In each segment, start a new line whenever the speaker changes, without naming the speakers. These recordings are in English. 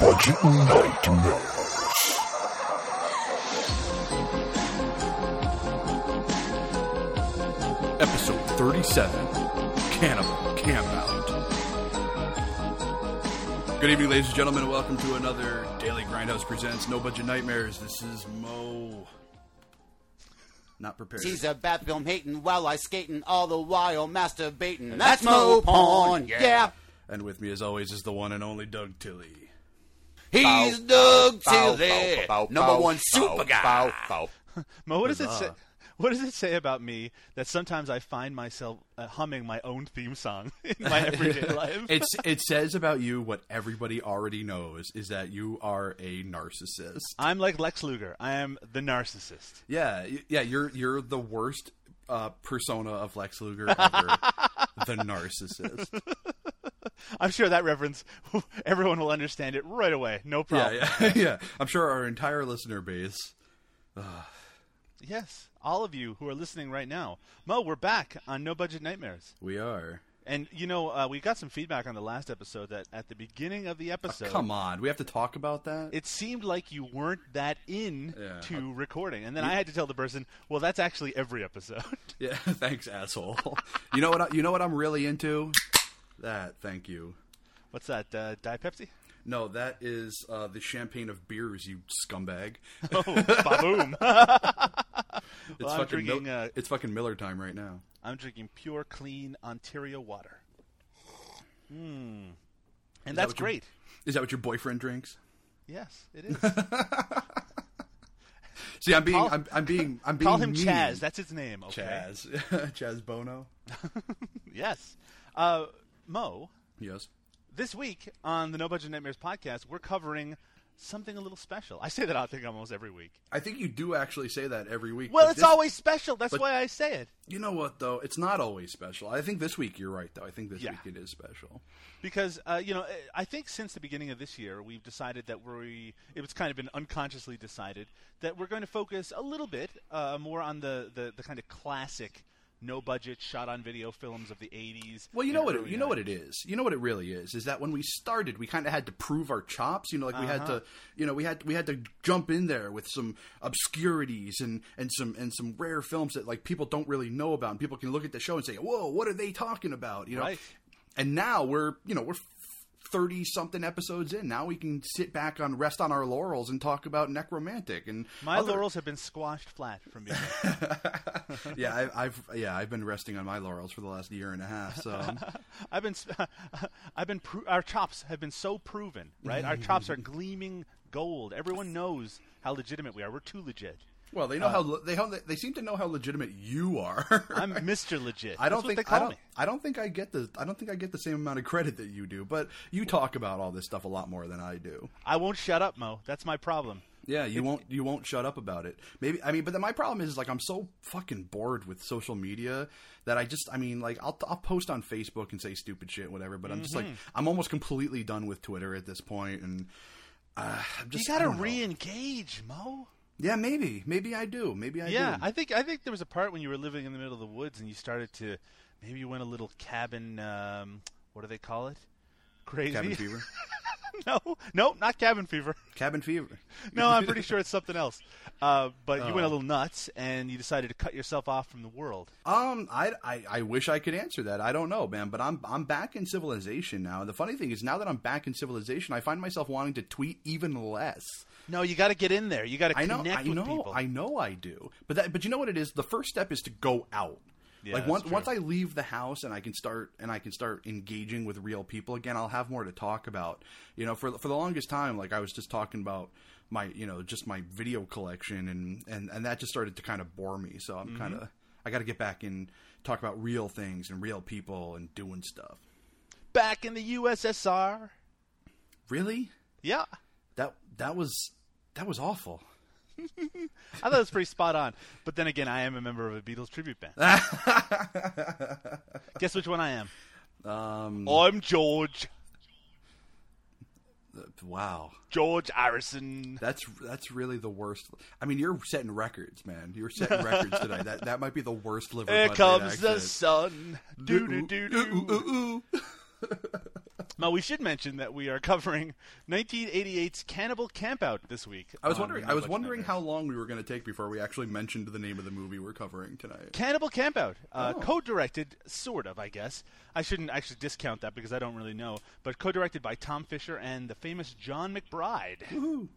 Magic Nightmare.
Episode 37 Cannibal Campout. Good evening, ladies and gentlemen, and welcome to another Daily Grindhouse Presents No Budget Nightmares. This is Mo. Not prepared.
She's a bad film hating while I skating, all the while masturbating. That's mo porn, yeah.
And with me, as always, is the one and only Doug Tilley.
He's Doug Tilly, number one super guy.
Mo, what does it say? What does it say about me that sometimes I find myself uh, humming my own theme song in my everyday life?
It's, it says about you what everybody already knows is that you are a narcissist.
I'm like Lex Luger. I am the narcissist.
Yeah, y- yeah, you're you're the worst uh, persona of Lex Luger ever. the narcissist.
I'm sure that reference everyone will understand it right away. No
Yeah,
problem.
yeah, yeah. I'm sure our entire listener base.
Yes, all of you who are listening right now, Mo, we're back on No Budget Nightmares,
We are.
and you know uh, we got some feedback on the last episode that at the beginning of the episode.
Oh, Come on, we have to talk about that.
It seemed like you weren't that in
Yeah. Uh,
to recording, and then I had to tell the person, "Well, that's actually every episode."
yeah, thanks, asshole. you know what? I, you know what I'm really into? That. Thank you.
What's that? Uh, Diet Pepsi?
No, that is uh, the champagne of beers, you scumbag. It's
Oh, baboom!
it's
I'm
fucking
drinking,
Mil-
uh,
it's fucking Miller time right now.
I'm drinking pure, clean Ontario water. Mm. And
Hmm. that
that's
what you-
great.
Is that what your boyfriend drinks?
Yes, it is.
See, I'm being,
Call-
I'm, I'm being, I'm being.
Call him
mean.
Chaz. That's his name. Okay.
Chaz. Chaz Bono.
Yes. Uh, Mo,
Yes.
this week on the No Budget Nightmares podcast, we're covering something a little special. I say that I think almost every week.
I think you do actually say that every week.
Well,
but
it's
this-
always special. That's
but-
why I say it.
You know what though? It's not always special. I think this week you're right though. I think this
Yeah.
week it is special.
because uh, you know I think since the beginning of this year we've decided that we it was kind of been unconsciously decided that we're going to focus a little bit uh, more on the, the, the kind of classic no budget shot on video films of the 80s
Well, you know
and
what it,
early
you know what
90s.
it is. You know what it really is is that when we started, we kind of had to prove our chops. You know, like we had
Uh-huh.
to, you know, we had we had to jump in there with some obscurities and and some and some rare films that like people don't really know about. And people can look at the show and say, "Whoa, what are they talking about?" You know.
Right.
And now we're you know we're. 30 something episodes in now we can sit back on rest on our laurels and talk about necromantic and
my
other-
laurels have been squashed flat from me
yeah I, i've yeah i've been resting on my laurels for the last year and a half so um,
I've been, sp- I've been. Pro- our chops have been so proven, right? our chops are gleaming gold. Everyone knows how legitimate we are. We're too legit.
Well, they know how le- they how they seem to know how legitimate you are.
I'm Mr. Legit.
I don't
That's
think
what they call
I don't
me.
I don't think I get the I don't think I get the same amount of credit that you do, but you talk about all this stuff a lot more than I do.
I won't shut up, Mo. That's my problem.
Yeah, you won't you won't shut up about it. Maybe I mean, but then my problem is like I'm so fucking bored with social media that I just I mean like I'll I'll post on Facebook and say stupid shit whatever, but I'm just like
Mm-hmm.
I'm almost completely done with Twitter at this point, and uh, I'm
You
just I
gotta
don't know.
re-engage, Mo.
yeah maybe maybe I do maybe I
Yeah,
do.
I think I think there was a part when you were living in the middle of the woods and you started to maybe you went a little cabin. Um, what do they call it? Crazy?
cabin fever
no, no, not cabin fever.
cabin fever
No, I'm pretty sure it's something else. Uh, but
Oh.
you went a little nuts and you decided to cut yourself off from the world.
Um, I, I I wish I could answer that. I don't know, man. But I'm I'm back in civilization now. And the funny thing is, now that I'm back in civilization, I find myself wanting to tweet even less.
No, you got to get in there. You got to
I
connect
know, I
with
know,
people.
I know, I do. But that, but you know what it is? The first step is to go out.
Yeah,
like
that's
once
true.
once I leave the house and I can start and I can start engaging with real people again, I'll have more to talk about. You know, for for the longest time, like I was just talking about my you know just my video collection and and and that just started to kind of bore me. So I'm kind of
Mm-hmm.
I got to get back and talk about real things and real people and doing stuff.
Back in the USSR.
Really?
Yeah,
That that was that was awful.
I thought it was pretty spot on. But then again, I am a member of a Beatles tribute band. Guess which one I am? Um, I'm George.
Uh, Wow.
George Harrison.
That's that's really the worst. I mean, you're setting records, man. You're setting records today. That that might be the worst liver.
Here
Bud Light
comes the
accent.
sun. Doo doo
Ooh,
doo
ooh, ooh,
doo.
ooh, ooh.
Now, we should mention that we are covering 1988's Cannibal Campout this week.
I was
on
wondering.
Remote
I was
Watch
wondering
Nightmares.
how long we were going to take before we actually mentioned the name of the movie we're covering tonight.
Cannibal Campout, uh,
Oh.
co-directed, sort of, I guess. I shouldn't actually discount that because I don't really know, but co-directed by Tom Fisher and the famous John McBride.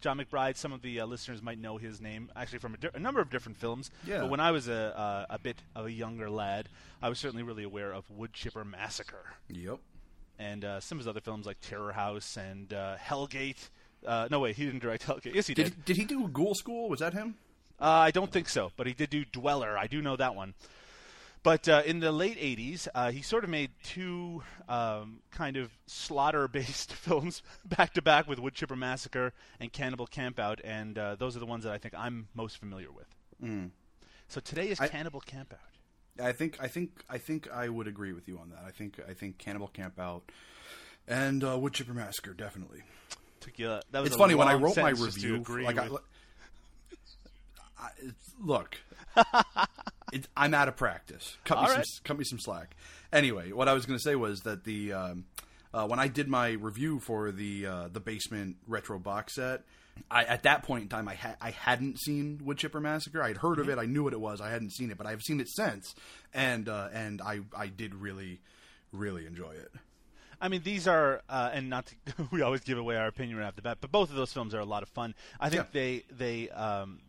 John McBride. Some of the uh, listeners might know his name actually from a, di- a number of different films.
Yeah.
But when I was a uh, a bit of a younger lad, I was certainly really aware of Wood Chipper Massacre
Yep.
and uh, some of his other films like Terror House and uh, Hellgate. Uh, no, wait, he didn't direct Hellgate. Yes, he did.
Did did he do Ghoul School? Was that him?
Uh, I don't think so, but he did do Dweller. I do know that one. But uh, in the late 80s, uh, he sort of made two um, kind of slaughter based films back to back with Wood Chipper Massacre and Cannibal Campout, and uh, those are the ones that I think I'm most familiar with. Mm. So today is Cannibal Campout.
I think I think I think I would agree with you on that. I think I think Cannibal Campout and uh, Wood Chipper Massacre definitely.
Took you, uh, that was
It's
a
funny when I
long
wrote my
sentence just to
review.
agree
Like I,
with-
I- it's- look, it's, I'm out of practice. Cut me,
All
some,
right.
cut me some slack. Anyway, what I was going to say was that the um, uh, when I did my review for the uh, the basement retro box set. I, at that point in time, I ha- I hadn't seen Wood Chipper Massacre. I'd heard
Mm-hmm.
of it. I knew what it was. I hadn't seen it, but I've seen it since, and uh, and I I did really, really enjoy it.
I mean, these are, uh, and not to, we always give away our opinion right off the bat, but both of those films are a lot of fun. I think
Yeah.
they they um,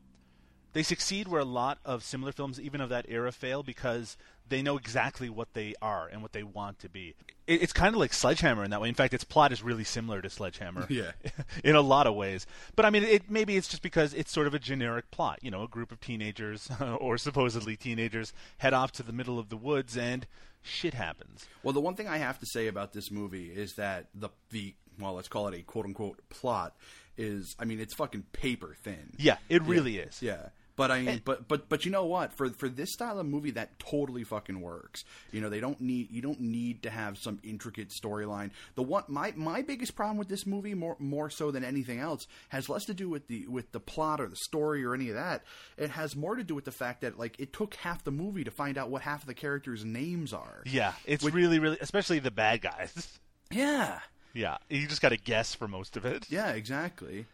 they succeed where a lot of similar films, even of that era, fail because they know exactly what they are and what they want to be. It, it's kind of like Sledgehammer in that way. In fact, its plot is really similar to Sledgehammer.
Yeah.
in a lot of ways. But I mean, it maybe it's just because it's sort of a generic plot. You know, a group of teenagers or supposedly teenagers head off to the middle of the woods and shit happens.
Well, the one thing I have to say about this movie is that the the well, let's call it a quote unquote plot is I mean it's fucking paper thin.
Yeah, it really is.
Yeah. But I mean, but but but you know what? For for this style of movie, that totally fucking works. You know, they don't need you don't need to have some intricate storyline. The one my my biggest problem with this movie, more more so than anything else, has less to do with the with the plot or the story or any of that. It has more to do with the fact that like it took half the movie to find out what half of the characters' names are.
Yeah, it's really, really, especially the bad guys.
Yeah.
yeah, you just got to guess for most of it.
Yeah, exactly.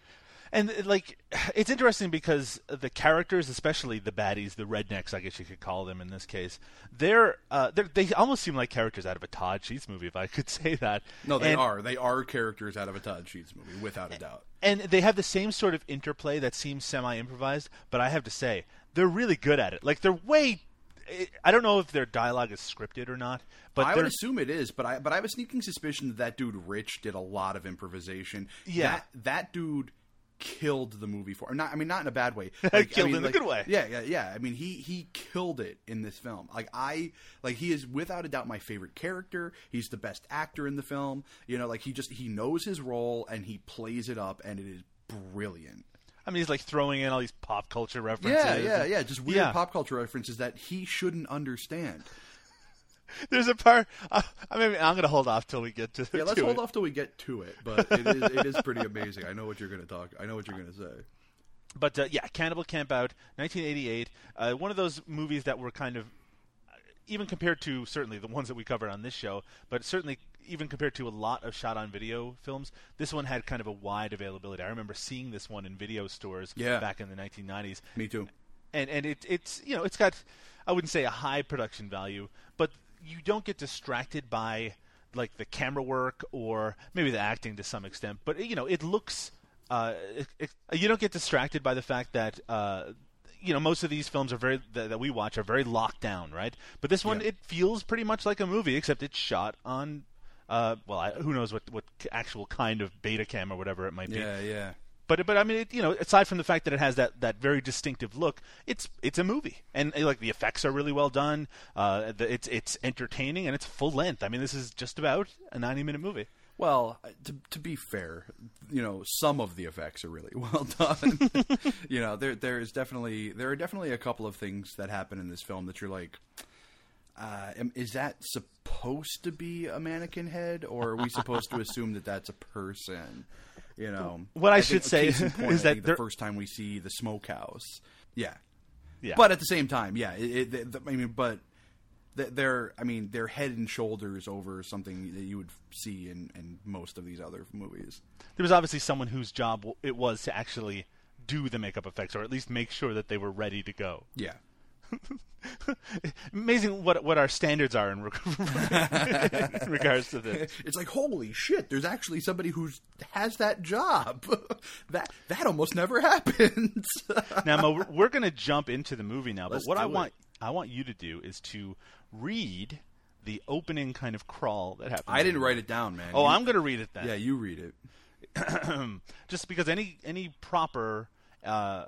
And uh, like, it's interesting because the characters, especially the baddies, the rednecks, I guess you could call them in this case, they're, uh, they're they almost seem like characters out of a Todd Sheets movie, if I could say that.
No, they
And-
are. They are characters out of a Todd Sheets movie, without a doubt.
and they have the same sort of interplay that seems semi-improvised but i have to say they're really good at it like they're way eh, i don't know if their dialogue is scripted or not but
I
they're
would assume it is, but I but I have a sneaking suspicion that that dude Rich did a lot of improvisation.
Yeah.
that, that dude killed the movie for. Not, I mean, not in a bad way. Like,
Killed
I mean,
in a
like-
good way.
Yeah, yeah, yeah. I mean, he he killed it in this film. Like I like he is without a doubt my favorite character. He's the best actor in the film. You know, like he just he knows his role and he plays it up, and it is brilliant.
i mean he's like throwing in all these pop culture references
Yeah, yeah, yeah. Just weird
Yeah.
pop culture references that he shouldn't understand.
there's a part uh, i mean i'm gonna hold off till we get to
Yeah, let's
to
hold
it.
off till we get to it. But it is, it is pretty amazing. I know what you're going to talk. I know what you're going to say.
But uh, yeah, Cannibal Campout, 1988, uh, one of those movies that were kind of, uh, even compared to certainly the ones that we covered on this show, but certainly even compared to a lot of shot on video films, this one had kind of a wide availability. I remember seeing this one in video stores
Yeah.
back in the 1990s
Me too.
and and it, it's you know it's got I wouldn't say a high production value, but you don't get distracted by like the camera work or maybe the acting to some extent. But you know it looks uh, it, it, you don't get distracted by the fact that. Uh, you know, most of these films are very that, that we watch are very locked down, right? But this one,
Yeah.
it feels pretty much like a movie, except it's shot on, uh, well, I, who knows what what actual kind of beta cam or whatever it might be.
Yeah, yeah.
But but I mean, it, you know, aside from the fact that it has that, that very distinctive look, it's it's a movie, and uh, like the effects are really well done. Uh, the, it's it's entertaining and it's full length. I mean, this is just about a ninety minute movie.
Well, to to be fair, you know, some of the effects are really well done. you know, there there is definitely there are definitely a couple of things that happen in this film that you're like. Uh, am- is that supposed to be a mannequin head, or are we supposed to assume that that's a person? You know,
What I
think
should say
case in
is
I
that
think the
there-
first time we see the smokehouse, yeah,
Yeah,
But at the same time, yeah, it, it, the, I mean, but th- they're I mean they're head and shoulders over something that you would see in, in most of these other movies.
There was obviously someone whose job w- it was to actually do the makeup effects, or at least make sure that they were ready to go. Eh,
Yeah.
Amazing what what our standards are in, reg- in regards to this.
It's like holy shit! There's actually somebody who has that job. that that almost never happens.
Now, Mo, we're- we're going to jump into the movie now, but
Let's
what I
do it.
want I want you to do is to read the opening kind of crawl that happened.
I didn't write it down, man.
Oh,
You-
I'm going to read it then.
Yeah, you read it.
just because any any proper uh,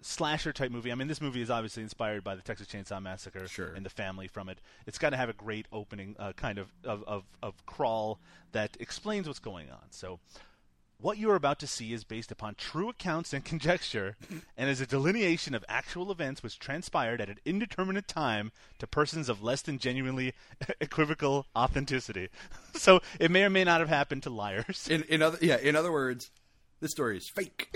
slasher type movie. I mean, this movie is obviously inspired by the Texas Chainsaw Massacre
Sure.
and the family from it. It's got to have a great opening uh, kind of of, of of crawl that explains what's going on. So. What you are about to see is based upon true accounts and conjecture, and is a delineation of actual events which transpired at an indeterminate time to persons of less than genuinely equivocal authenticity. So it may or may not have happened to liars.
In in other yeah, in other words, this story is fake.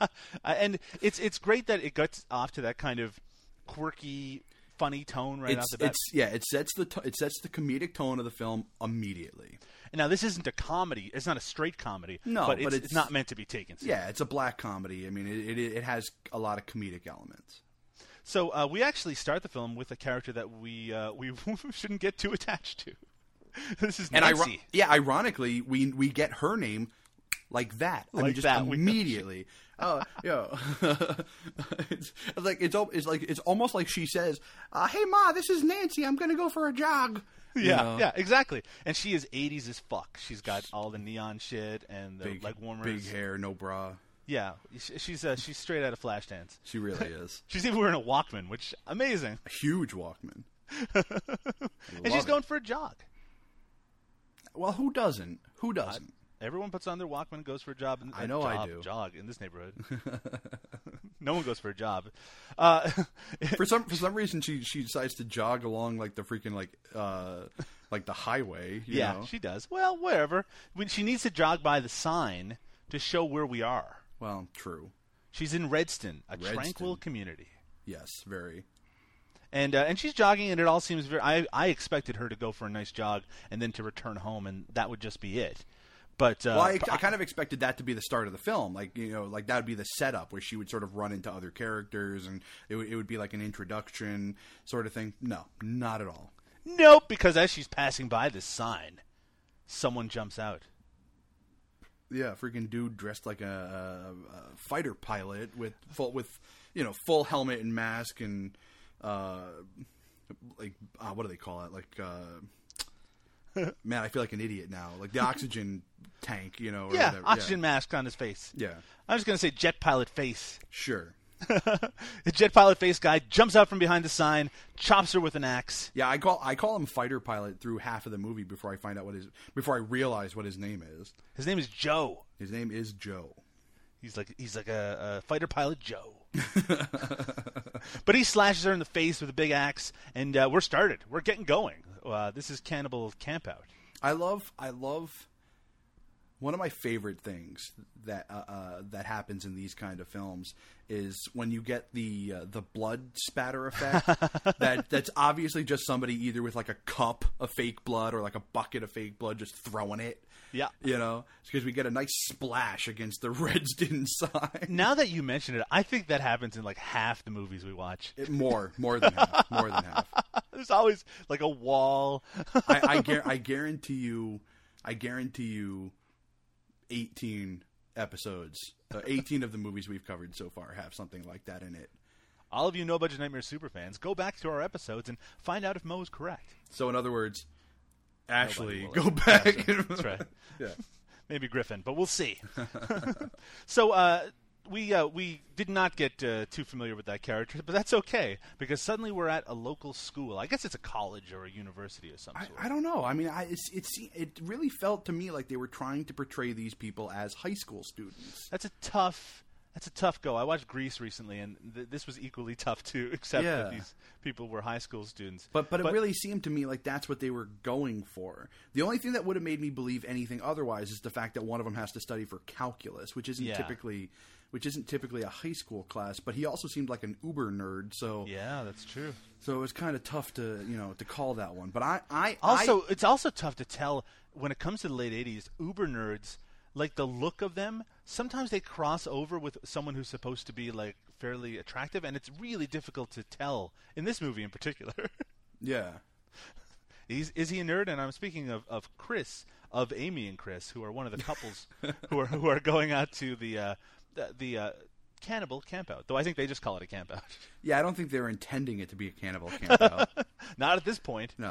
Uh, and it's it's great that it gets off to that kind of quirky, funny tone right off
it's
the bat.
it's yeah, it sets the t- it sets the comedic tone of the film immediately.
And now this isn't a comedy; it's not a straight comedy.
No,
but it's,
but
it's,
it's-
not meant to be taken. seriously.
Yeah, it's a black comedy. I mean, it it, it has a lot of comedic elements.
So uh, we actually start the film with a character that we uh, we shouldn't get too attached to. This is
And
Nancy.
iro- yeah, ironically, we we get her name like that. I mean,
Like
just
that, we-
immediately. Oh, yo, it's, it's like it's al- it's like it's almost like she says, uh, "Hey, ma, this is Nancy. I'm gonna go for a jog." You
yeah,
know?
yeah, exactly. And she is '80s as fuck. She's got all the neon shit and the
Big,
leg warmers.
big hair, no bra.
Yeah, She- she's uh, she's straight out of Flashdance.
She really is
She's even wearing a Walkman, which amazing.
a huge Walkman.
and she's
it.
going for a jog.
Well, who doesn't? Who doesn't?
Everyone puts on their Walkman and goes for a job. And,
I know I
job,
do.
Jog in this neighborhood. no one goes for a job. Uh,
for some for some reason she she decides to jog along like the freaking like uh like the highway you
yeah,
know?
she does. Well, wherever. When she needs to jog by the sign to show where we are.
well true
She's in Redston, a
Redston.
tranquil community.
yes very
And uh, and she's jogging, and it all seems very. I I expected her to go for a nice jog and then to return home, and that would just be it. But uh,
well I, I kind of expected that to be the start of the film like you know like that would be the setup where she would sort of run into other characters and it, would- it would be like an introduction sort of thing no not at all
nope, because as she's passing by this sign, someone jumps out.
yeah freaking dude dressed like a, a, a fighter pilot with full with you know full helmet and mask and uh like uh, what do they call it like uh man i feel like an idiot now like the oxygen tank you know or
Yeah,
whatever.
oxygen mask on his face.
yeah. yeah
I'm just gonna say jet pilot face.
sure
the jet pilot face guy jumps out from behind the sign, chops her with an axe.
yeah i call i call him fighter pilot through half of the movie before i find out what his before i realize what his name is
His name is Joe.
his name is joe
He's like he's like a, a fighter pilot Joe. but he slashes her in the face with a big axe, and uh, we're started. We're getting going. Uh, this is Cannibal Campout.
I love I love one of my favorite things that uh, uh, that happens in these kind of films is when you get the uh, the blood spatter effect that that's obviously just somebody either with like a cup of fake blood or like a bucket of fake blood just throwing it.
Yeah.
You know, because we get a nice splash against the Redston sign.
Now that you mention it, I think that happens in like half the movies we watch.
It- more, more than half, more than half.
There's always like a wall.
I, I, guar- I guarantee you, I guarantee you, eighteen episodes, uh, eighteen of the movies we've covered so far have something like that in it.
All of you No Budget Nightmare super fans, go back to our episodes and find out if Mo is correct.
So in other words, Ashley,
will
go
ever-
back.
That's right.
Yeah.
Maybe Griffin, but we'll see. so uh, we uh, we did not get uh, too familiar with that character, but that's okay because suddenly we're at a local school. I guess it's a college or a university or some
I,
sort.
I don't know. I mean, I, it's, it se- it really felt to me like they were trying to portray these people as high school students.
that's a tough. That's a tough go. I watched Greece recently, and th- this was equally tough too. Except that
Yeah.
these people were high school students.
But, but it
But-
really seemed to me like that's what they were going for. The only thing that would have made me believe anything otherwise is the fact that one of them has to study for calculus, which isn't
Yeah.
typically which isn't typically a high school class. But he also seemed like an uber nerd, so
Yeah, that's true.
so it was kind of tough to you know to call that one. But I I
Also,
I,
it's also tough to tell when it comes to the late '80s Uber nerds. Like the look of them, sometimes they cross over with someone who's supposed to be like fairly attractive, and it's really difficult to tell in this movie in particular.
yeah
He's, is he a nerd? And I'm speaking of, of Chris, of Amy and Chris, who are one of the couples who are who are going out to the uh, the, the uh, cannibal campout. Though I think they just call it a campout.
yeah I don't think they were intending it to be a cannibal campout.
Not at this point.
no.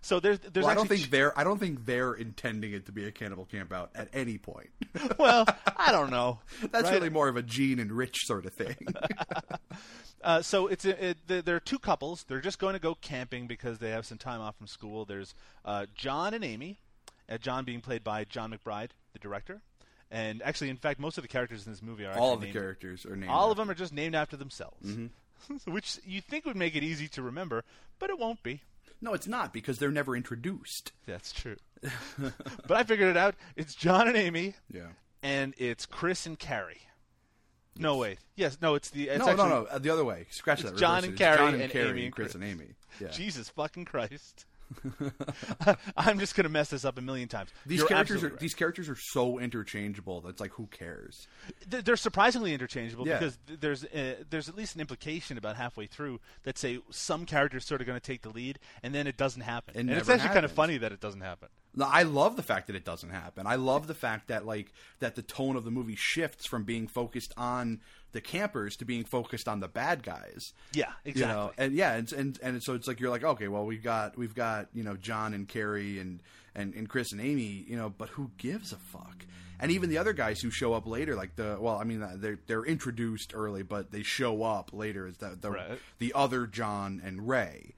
So there's there's
Well, I
actually
don't think they're I don't think they're intending it to be a cannibal campout at any point.
well, I don't know.
That's
right?
really more of a Gene and Rich sort of thing.
Uh, so it's a, it, th- there are two couples. They're just going to go camping because they have some time off from school. There's uh, John and Amy. Uh, John being played by John McBride, the director. And actually, in fact, most of the characters in this movie are
All
actually
of the
named-
characters are named. Mm-hmm.
All of them are just named after themselves, which you think would make it easy to remember, but it won't be.
No, it's not because they're never introduced.
That's true. but I figured it out. It's John and Amy,
Yeah.
and it's Chris and Carrie. No, wait. Yes, no, it's the. It's
no,
actually,
no, no. uh, The other way. Scratch that.
It's John
reverse it.
and
It's
Carrie
John and,
and
Carrie
Amy and
and Chris
Chris.
and Amy. Yeah.
Jesus fucking Christ. I'm just going to mess this up a million times.
These
You're
characters are
absolutely right.
these characters are so interchangeable that's like who cares?
Th- they're surprisingly interchangeable
Yeah.
because th- there's uh, there's at least an implication about halfway through that say some character's sort of going to take the lead and then it doesn't happen. and it's
never
actually kind of
happens.
funny that it doesn't happen.
No, I love the fact that it doesn't happen. I love the fact that like that the tone of the movie shifts from being focused on the campers to being focused on the bad guys.
Yeah,
You
exactly.
know, and yeah, and, and and so it's like you're like, okay, well we've got we've got you know John and Carrie and and and Chris and Amy, you know, but who gives a fuck? And even the other guys who show up later, like the well, I mean uh, they're they're introduced early, but they show up later as the the,
Right.
the other John and Ray.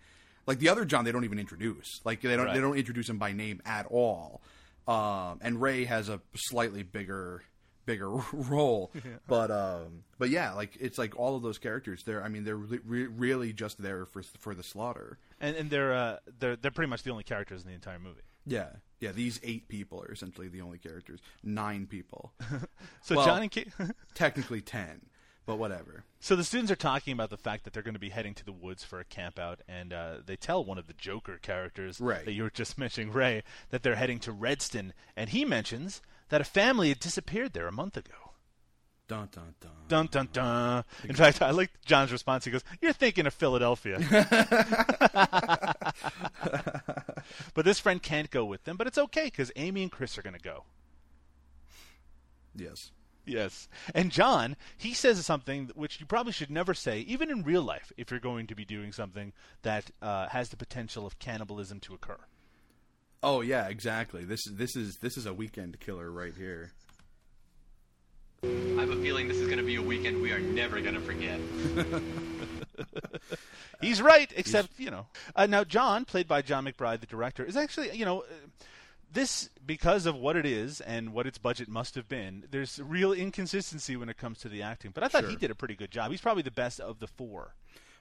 Like the other John, they don't even introduce. Like they don't
Right.
they don't introduce him by name at all. Um, and Ray has a slightly bigger bigger role, but um, but yeah, like it's like all of those characters. They're I mean they're re- re- really just there for for the slaughter.
and, and they're uh, they're they're pretty much the only characters in the entire movie.
Yeah, yeah. These eight people are essentially the only characters. Nine people,
So
Well-
John and Kate,
technically ten, but whatever.
so the students are talking about the fact that they're going to be heading to the woods for a camp out, and uh, they tell one of the Joker characters
Right.
that you were just mentioning, Ray, that they're heading to Redston, and he mentions that a family had disappeared there a month ago.
Dun dun dun.
Dun dun dun. In fact, I like John's response. He goes, "You're thinking of Philadelphia." but this friend can't go with them, but it's okay because Amy and Chris are going to go.
Yes.
Yes. And John, he says something which you probably should never say, even in real life, if you're going to be doing something that uh, has the potential of cannibalism to occur.
Oh yeah, exactly. This this is this is a weekend killer right here.
I have a feeling this is going to be a weekend we are never going to forget.
He's
Uh,
right, except you know. Uh, now, John, played by John McBride, the director, is actually you know. uh, This, because of what it is and what its budget must have been, there's real inconsistency when it comes to the acting. But I thought he
Sure.
did a pretty good job. He's probably the best of the four.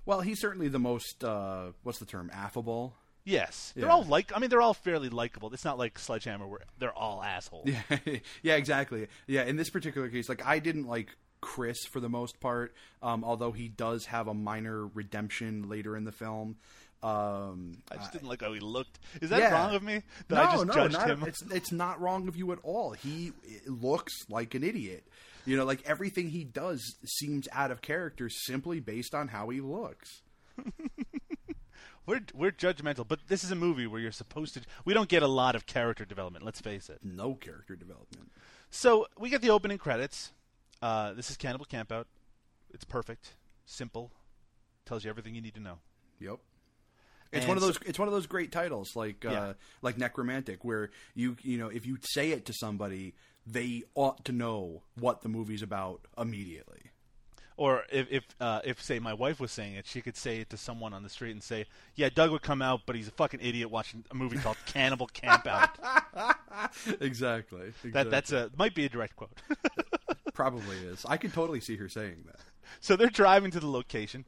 Well, he's certainly the most uh, what's the term affable.
Yes, they're
Yeah.
all like. I mean, they're all fairly likable. It's not like Sledgehammer where they're all assholes.
Yeah, yeah, exactly. Yeah, in this particular case, like I didn't like Chris for the most part, um, although he does have a minor redemption later in the film. Um,
I just didn't like how he looked. Is that
yeah.
wrong of me? That
no,
I just
no,
judged
not,
him.
It's, it's not wrong of you at all. He eh, looks like an idiot. You know, like everything he does seems out of character simply based on how he looks.
We're we're judgmental, but this is a movie where you're supposed to. We don't get a lot of character development. Let's face it.
No character development.
So we get the opening credits. Uh, this is Cannibal Campout. It's perfect, simple, tells you everything you need to know.
Yep. It's
And
one of
so-
those. It's one of those great titles, like
Yeah.
uh, like Necromantic, where you you know if you say it to somebody, they ought to know what the movie's about immediately.
Or if if uh, if say my wife was saying it, she could say it to someone on the street and say, "Yeah, Doug would come out, but he's a fucking idiot watching a movie called Cannibal Campout."
Exactly.
That that's a might be a direct quote.
probably is. I could totally see her saying that.
So they're driving to the location.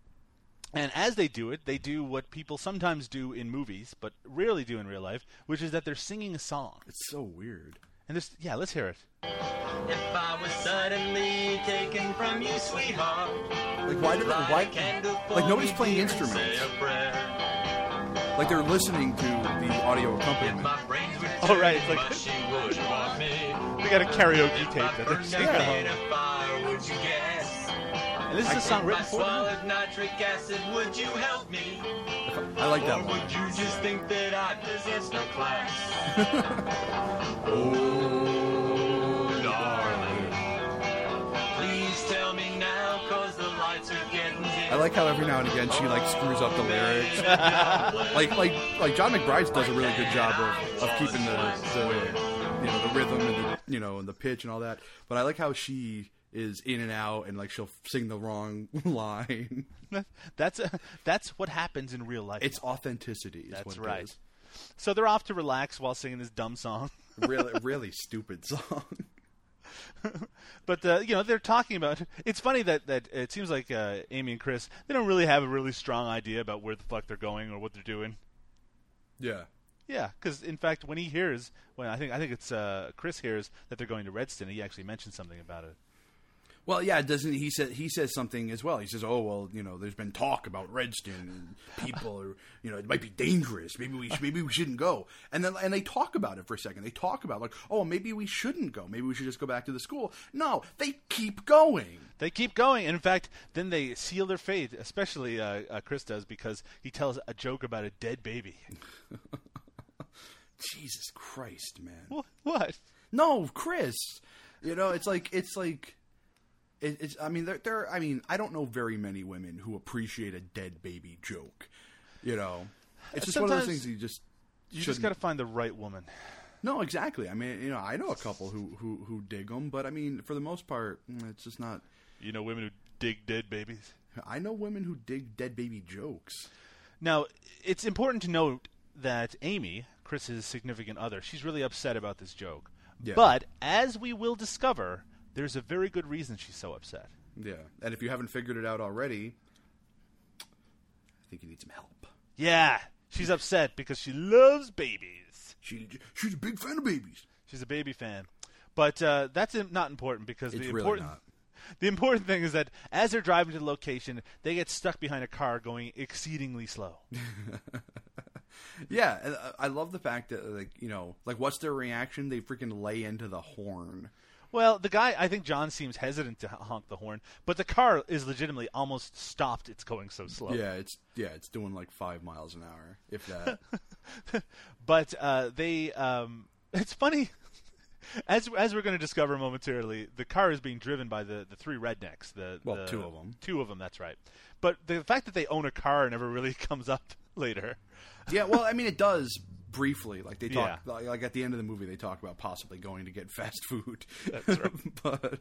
And as they do it, they do what people sometimes do in movies, but rarely do in real life, which is that they're singing a song.
It's so weird.
And this, yeah, let's hear it.
If I was suddenly taken from you, sweetheart,
Like why did
light a
why?
candle for
like, nobody's
me,
playing
dear, and
instruments.
Say a prayer.
Like they're listening to the audio
If
accompaniment.
my brains were
Oh, right,
turning,
like-
but she would want me.
We got a karaoke
If
tape
I
that they're
burned
singing
out
along.
in a fire, would you guess?
And this is a song
If I
written for them.
swallowed nitric acid, would you help me?
I like
Or
that one.
would you just think that I possessed no class? oh, darling. Please tell me now, cause the lights are getting dim.
I like how every now and again she like screws up the lyrics. like like like John McBride does a really good job of, of keeping the, the you know the rhythm and the you know and the pitch and all that. But I like how she is in and out and like she'll sing the wrong line.
That's a, that's what happens in real life.
It's authenticity. Is what
that's
it
right.
is.
So they're off to relax while singing this dumb song.
Really really stupid song.
But uh, you know they're talking about. It's funny that that it seems like uh, Amy and Chris they don't really have a really strong idea about where the fuck they're going or what they're doing.
yeah.
Yeah, because in fact, when he hears, when I think I think it's uh, Chris hears that they're going to Redston, he actually mentions something about it.
Well, yeah, doesn't he said he says something as well. He says, "Oh, well, you know, there's been talk about Redston and people are, you know, it might be dangerous. Maybe we maybe we shouldn't go." And then and they talk about it for a second. They talk about like, "Oh, maybe we shouldn't go. Maybe we should just go back to the school." No, they keep going.
They keep going. In fact, then they seal their fate, especially uh, uh, Chris does, because he tells a joke about a dead baby.
Jesus Christ, man.
Wha- what?
No, Chris. You know, it's like it's like it, it's I mean, there there are- I mean, I don't know very many women who appreciate a dead baby joke. You know. It's just one of those
Sometimes
things you just
You just
shouldn't-
got to find the right woman.
No, exactly. I mean, you know, I know a couple who who who dig them, but I mean, for the most part, mm, it's just not.
You know, women who dig dead babies.
I know women who dig dead baby jokes.
Now, it's important to note that Amy, Chris's significant other, she's really upset about this joke.
Yeah.
But as we will discover, there's a very good reason she's so upset.
Yeah, and if you haven't figured it out already, I think you need some help.
Yeah, she's upset because she loves babies.
She she's a big fan of babies.
She's a baby fan, but uh, that's im- not important because
It's
the
really
important
not.
the important thing is that as they're driving to the location, they get stuck behind a car going exceedingly slow.
Yeah, and uh, I- I love the fact that like you know, like what's their reaction? They freaking lay into the horn.
well, the guy, I think John seems hesitant to h- honk the horn, but the car is legitimately almost stopped. It's going so slow.
Yeah, it's yeah, it's doing like five miles an hour, if that.
but uh, they um, it's funny as as we're going to discover momentarily the car is being driven by the, the three rednecks the
Well,
the-
two of 'em.
two of them that's right but the fact that they own a car never really comes up later
yeah, well, I mean, it does briefly. Like they talk,
Yeah.
like, like at the end of the movie, they talk about possibly going to get fast food.
That's right.
but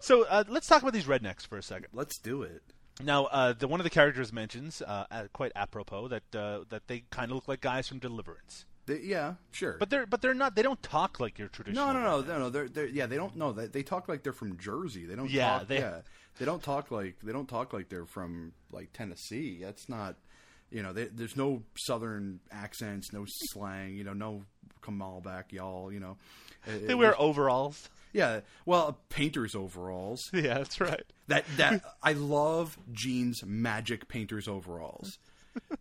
so uh, let's talk about these rednecks for a second
let's do it.
now uh, the one of the characters mentions uh, uh, quite apropos that uh, that they kind of look like guys from deliverance
They, yeah, sure.
but they're but they're not they don't talk like your traditional
no, no, no,
redneck.
no, no. They're, they're yeah, they don't know. They, they talk like they're from Jersey. They don't.
Yeah,
talk,
they-
yeah. They don't talk like they don't talk like they're from like Tennessee. That's not. You know, they, there's no southern accents, no slang. You know, no come all back, y'all. You know, It-
they
it-
wear overalls
yeah. Well, painters overalls.
yeah that's right
That that I love Jean's magic painter's overalls.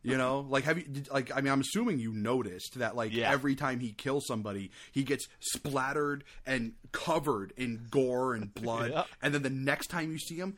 You know, like have you did- like I mean I'm assuming you noticed that like
Yeah.
every time he kills somebody, he gets splattered and covered in gore and blood,
Yeah.
and then the next time you see him,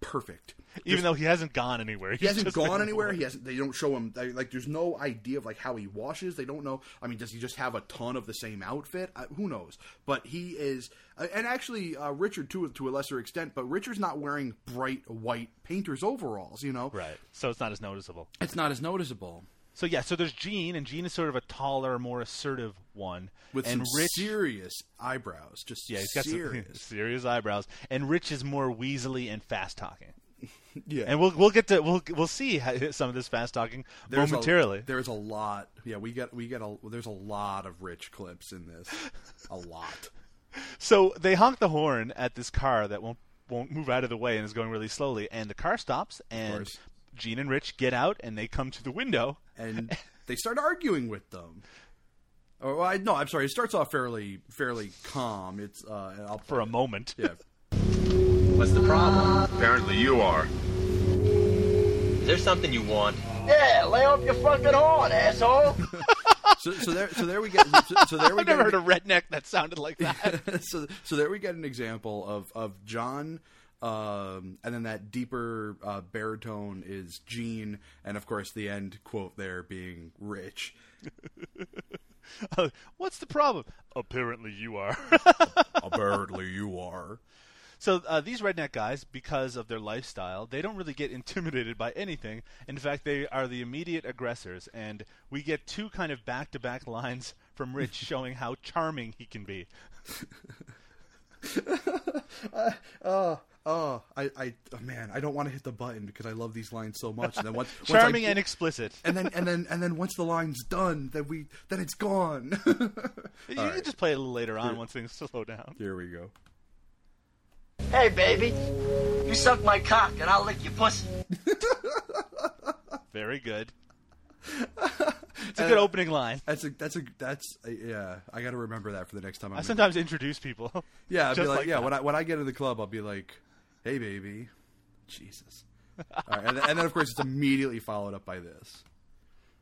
perfect.
even though he hasn't gone anywhere
He hasn't gone anywhere. He hasn't. They don't show him. they- Like, there's no idea of like how he washes. They don't know. I mean, does he just have a ton of the same outfit? Uh, who knows? But he is. Uh, and actually, uh, Richard too, to a lesser extent. But Richard's not wearing bright white painter's overalls. You know,
Right. So it's not as noticeable.
it's not as noticeable.
So yeah, so there's Gene, and Gene is sort of a taller, more assertive one.
With
and
some
Rich,
serious eyebrows. Just
yeah, he's got some
serious.
serious eyebrows, and Rich is more weaselly and fast talking.
yeah,
And we'll we'll get to we'll we'll see how, some of this fast talking
There's a-
momentarily.
there's a lot. Yeah, we get we get a there's a lot of rich clips in this. a lot.
So they honk the horn at this car that won't won't move out of the way and is going really slowly, and the car stops, and
course.
Gene and Rich get out, and they come to the window.
And they start arguing with them. Or well, I, no, I'm sorry. It starts off fairly fairly calm. It's uh, and I'll play
for a
it.
moment.
Yeah.
What's the problem?
Apparently you are.
Is there something you want?
Yeah, lay off your fucking horn, asshole.
So, so there so there we get so, so there we
I've
get
never heard a redneck that sounded like that.
so so there we get an example of of John. Um, and then that deeper uh, baritone is Gene, and of course the end quote there being Rich.
What's the problem? Apparently, you are.
Apparently you are.
so uh, these redneck guys, because of their lifestyle, they don't really get intimidated by anything. In fact, they are the immediate aggressors, and we get two kind of back-to-back lines from Rich showing how charming he can be.
Oh, oh, I, I, oh, man, I don't want to hit the button because I love these lines so much. And then once, once I-
Charming and explicit.
and then and then and then once the line's done, then we then it's gone.
you can just play it a little later on once things slow down.
Here we go.
hey, baby, you suck my cock and I'll lick your pussy.
Very good. It's a good opening line.
That's a that's a that's a, yeah. I got to remember that for the next time. I'm
I
in-
sometimes introduce people.
yeah. I'll be
just
like,
like
yeah.
that.
When I when I get to the club, I'll be like, hey baby, Jesus. All right, and, then- and then of course it's immediately followed up by this.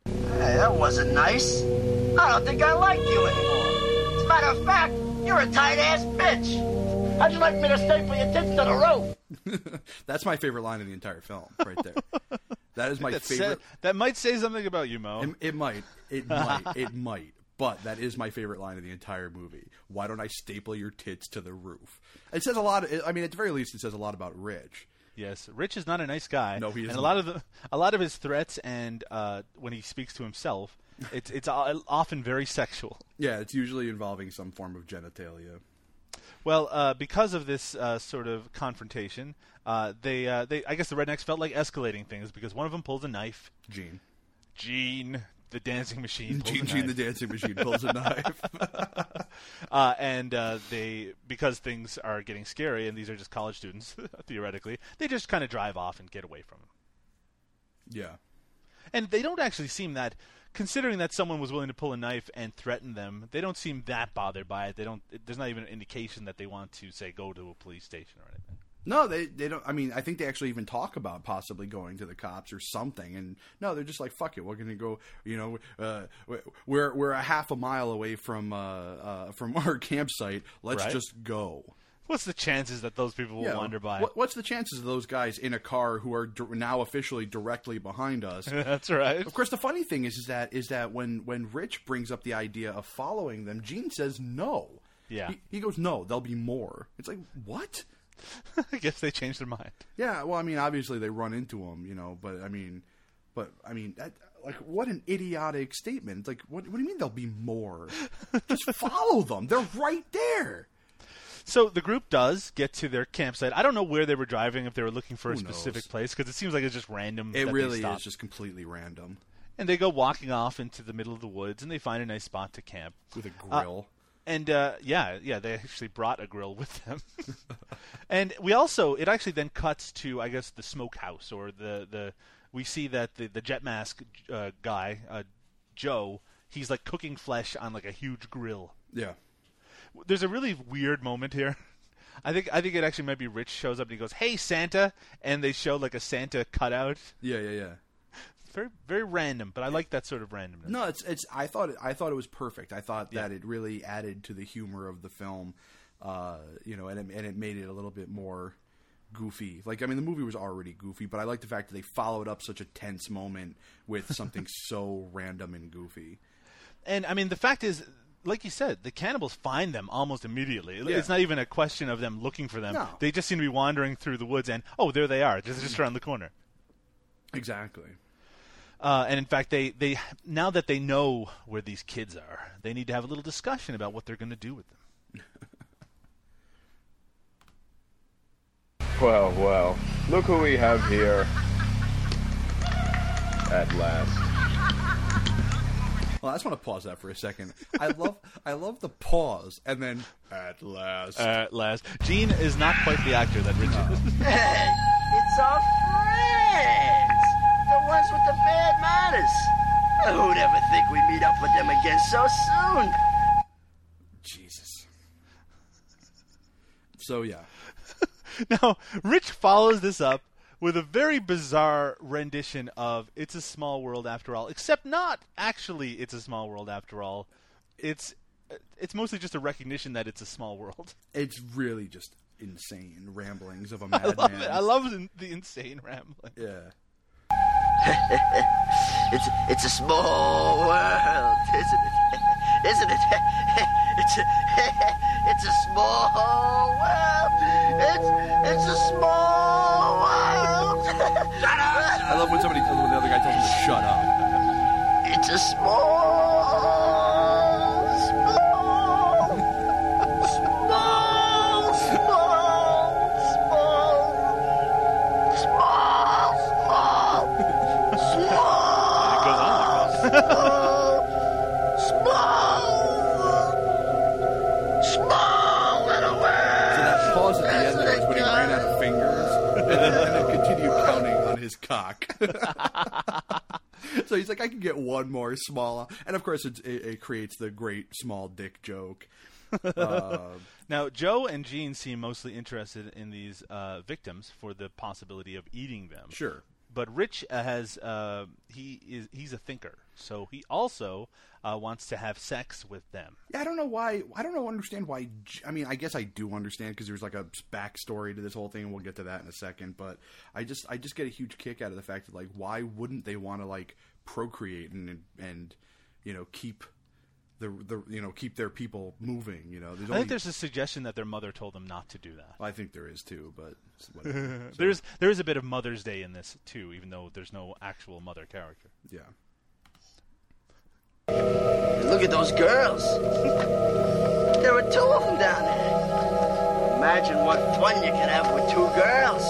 Hey, that wasn't nice. I don't think I like you anymore. As a matter of fact, you're a tight ass bitch. How'd you like me to staple your tits to the roof?
That's my favorite line in the entire film, right there. that is my
That,
favorite.
sa- that might say something about you, Mo.
It, it might. It might. It might. But that is my favorite line of the entire movie. Why don't I staple your tits to the roof? It says a lot. I mean, at the very least, it says a lot about Rich.
Yes, Rich is not a nice guy.
No, he
And
isn't.
a lot of the, a lot of his threats and uh, when he speaks to himself, it's it's o- often very sexual.
Yeah, it's usually involving some form of genitalia.
Well, uh, because of this uh, sort of confrontation, uh, they uh, they I guess the rednecks felt like escalating things because one of them pulls a knife.
Gene.
Gene, the dancing machine. pulls a
Gene, Gene the
knife.
dancing machine pulls a knife.
uh, and uh, they because things are getting scary and these are just college students theoretically, they just kind of drive off and get away from him.
Yeah.
And they don't actually seem that, considering that someone was willing to pull a knife and threaten them, they don't seem that bothered by it. They don't. There's not even an indication that they want to say go to a police station or anything.
No, they they don't. I mean, I think they actually even talk about possibly going to the cops or something. And no, they're just like, "Fuck it, we're gonna go." You know, uh, we're we're a half a mile away from uh, uh, from our campsite. Let's
Right.
just go.
What's the chances that those people will
Yeah.
wander by?
What, what's the chances of those guys in a car who are dir- now officially directly behind us?
That's right.
of course, the funny thing is, is that is that when when Rich brings up the idea of following them, Gene says no.
Yeah.
he, he goes no. There'll be more. It's like what?
I guess they changed their mind.
Yeah, well, I mean, obviously they run into him, you know, but I mean, but I mean, that, like, what an idiotic statement! It's like, what, what do you mean there'll be more? Just follow them; they're right there.
So the group does get to their campsite. I don't know where they were driving, if they were looking for a
Who
specific
knows?
place, because it seems like it's just random.
It
that
really
they stop.
is just completely random
And they go walking off into the middle of the woods, and they find a nice spot to camp.
with a grill.
And uh, yeah, yeah, they actually brought a grill with them. and we also, it actually then cuts to, I guess, the smokehouse or the the. We see that the the jet mask uh, guy, uh, Joe, he's like cooking flesh on like a huge grill.
yeah,
There's a really weird moment here. I think I think it actually might be Rich shows up and he goes, "Hey Santa," and they show like a Santa cutout.
yeah, yeah, yeah.
Very very random, but I like that sort of randomness.
No, it's it's. I thought it, I thought it was perfect. I thought that it really added to the humor of the film, uh, you know, and it, and it made it a little bit more goofy. Like I mean, the movie was already goofy, but I like the fact that they followed up such a tense moment with something so random and goofy.
And I mean, the fact is, like you said, the cannibals find them almost immediately. It-
Yeah.
It's not even a question of them looking for them.
No.
They just seem to be wandering through the woods, and oh, there they are, just, just
Mm-hmm.
around the corner.
Exactly.
Uh, and in fact, they, they now that they know where these kids are, they need to have a little discussion about what they're going to do with them.
Well, well. Look who we have here. At last.
Well, I just want to pause that for a second. I love I love the pause and then at last.
At last, Gene is not quite the actor that Rich is.
Hey, it's our friends. The ones with the bad manners. Who'd ever think we'd meet up with them again so soon.
Jesus. So yeah,
Now, Rich follows this up with a very bizarre rendition of It's a Small World After All, except not actually It's a Small World After All. It's it's mostly just a recognition that it's a small world.
it's really just insane ramblings of a
I
madman.
love it. I love the- the insane rambling.
Yeah.
It's it's a small world, isn't it? Isn't it? It's a, it's a small world. It's it's a small world. Shut up!
I love when somebody tells when the other guy tells him to shut up.
It's a small, small, small, small, small, small, small, small.
It goes on like that.
Small, small little
So
world.
that pause at the end there was when he ran out of fingers and then, and then continued counting on his cock. so he's like, I can get one more small, and of course it's, it, it creates the great small dick joke.
Now, Joe and Jean seem mostly interested in these uh, victims for the possibility of eating them.
Sure.
But Rich uh, has uh, he is he's a thinker, so he also uh, wants to have sex with them.
Yeah, I don't know why. I don't know. Understand why? J- I mean, I guess I do understand because there's like a backstory to this whole thing, and we'll get to that in a second. But I just, I just get a huge kick out of the fact that like, why wouldn't they want to like procreate and and you know keep the the you know keep their people moving? You know, there's
I
only,
think there's a suggestion that their mother told them not to do that.
I think there is too, but it's whatever. So,
There's there is a bit of Mother's Day in this too, even though there's no actual mother character.
yeah.
Look at those girls. There were two of them down there. Imagine what fun you could have with two girls.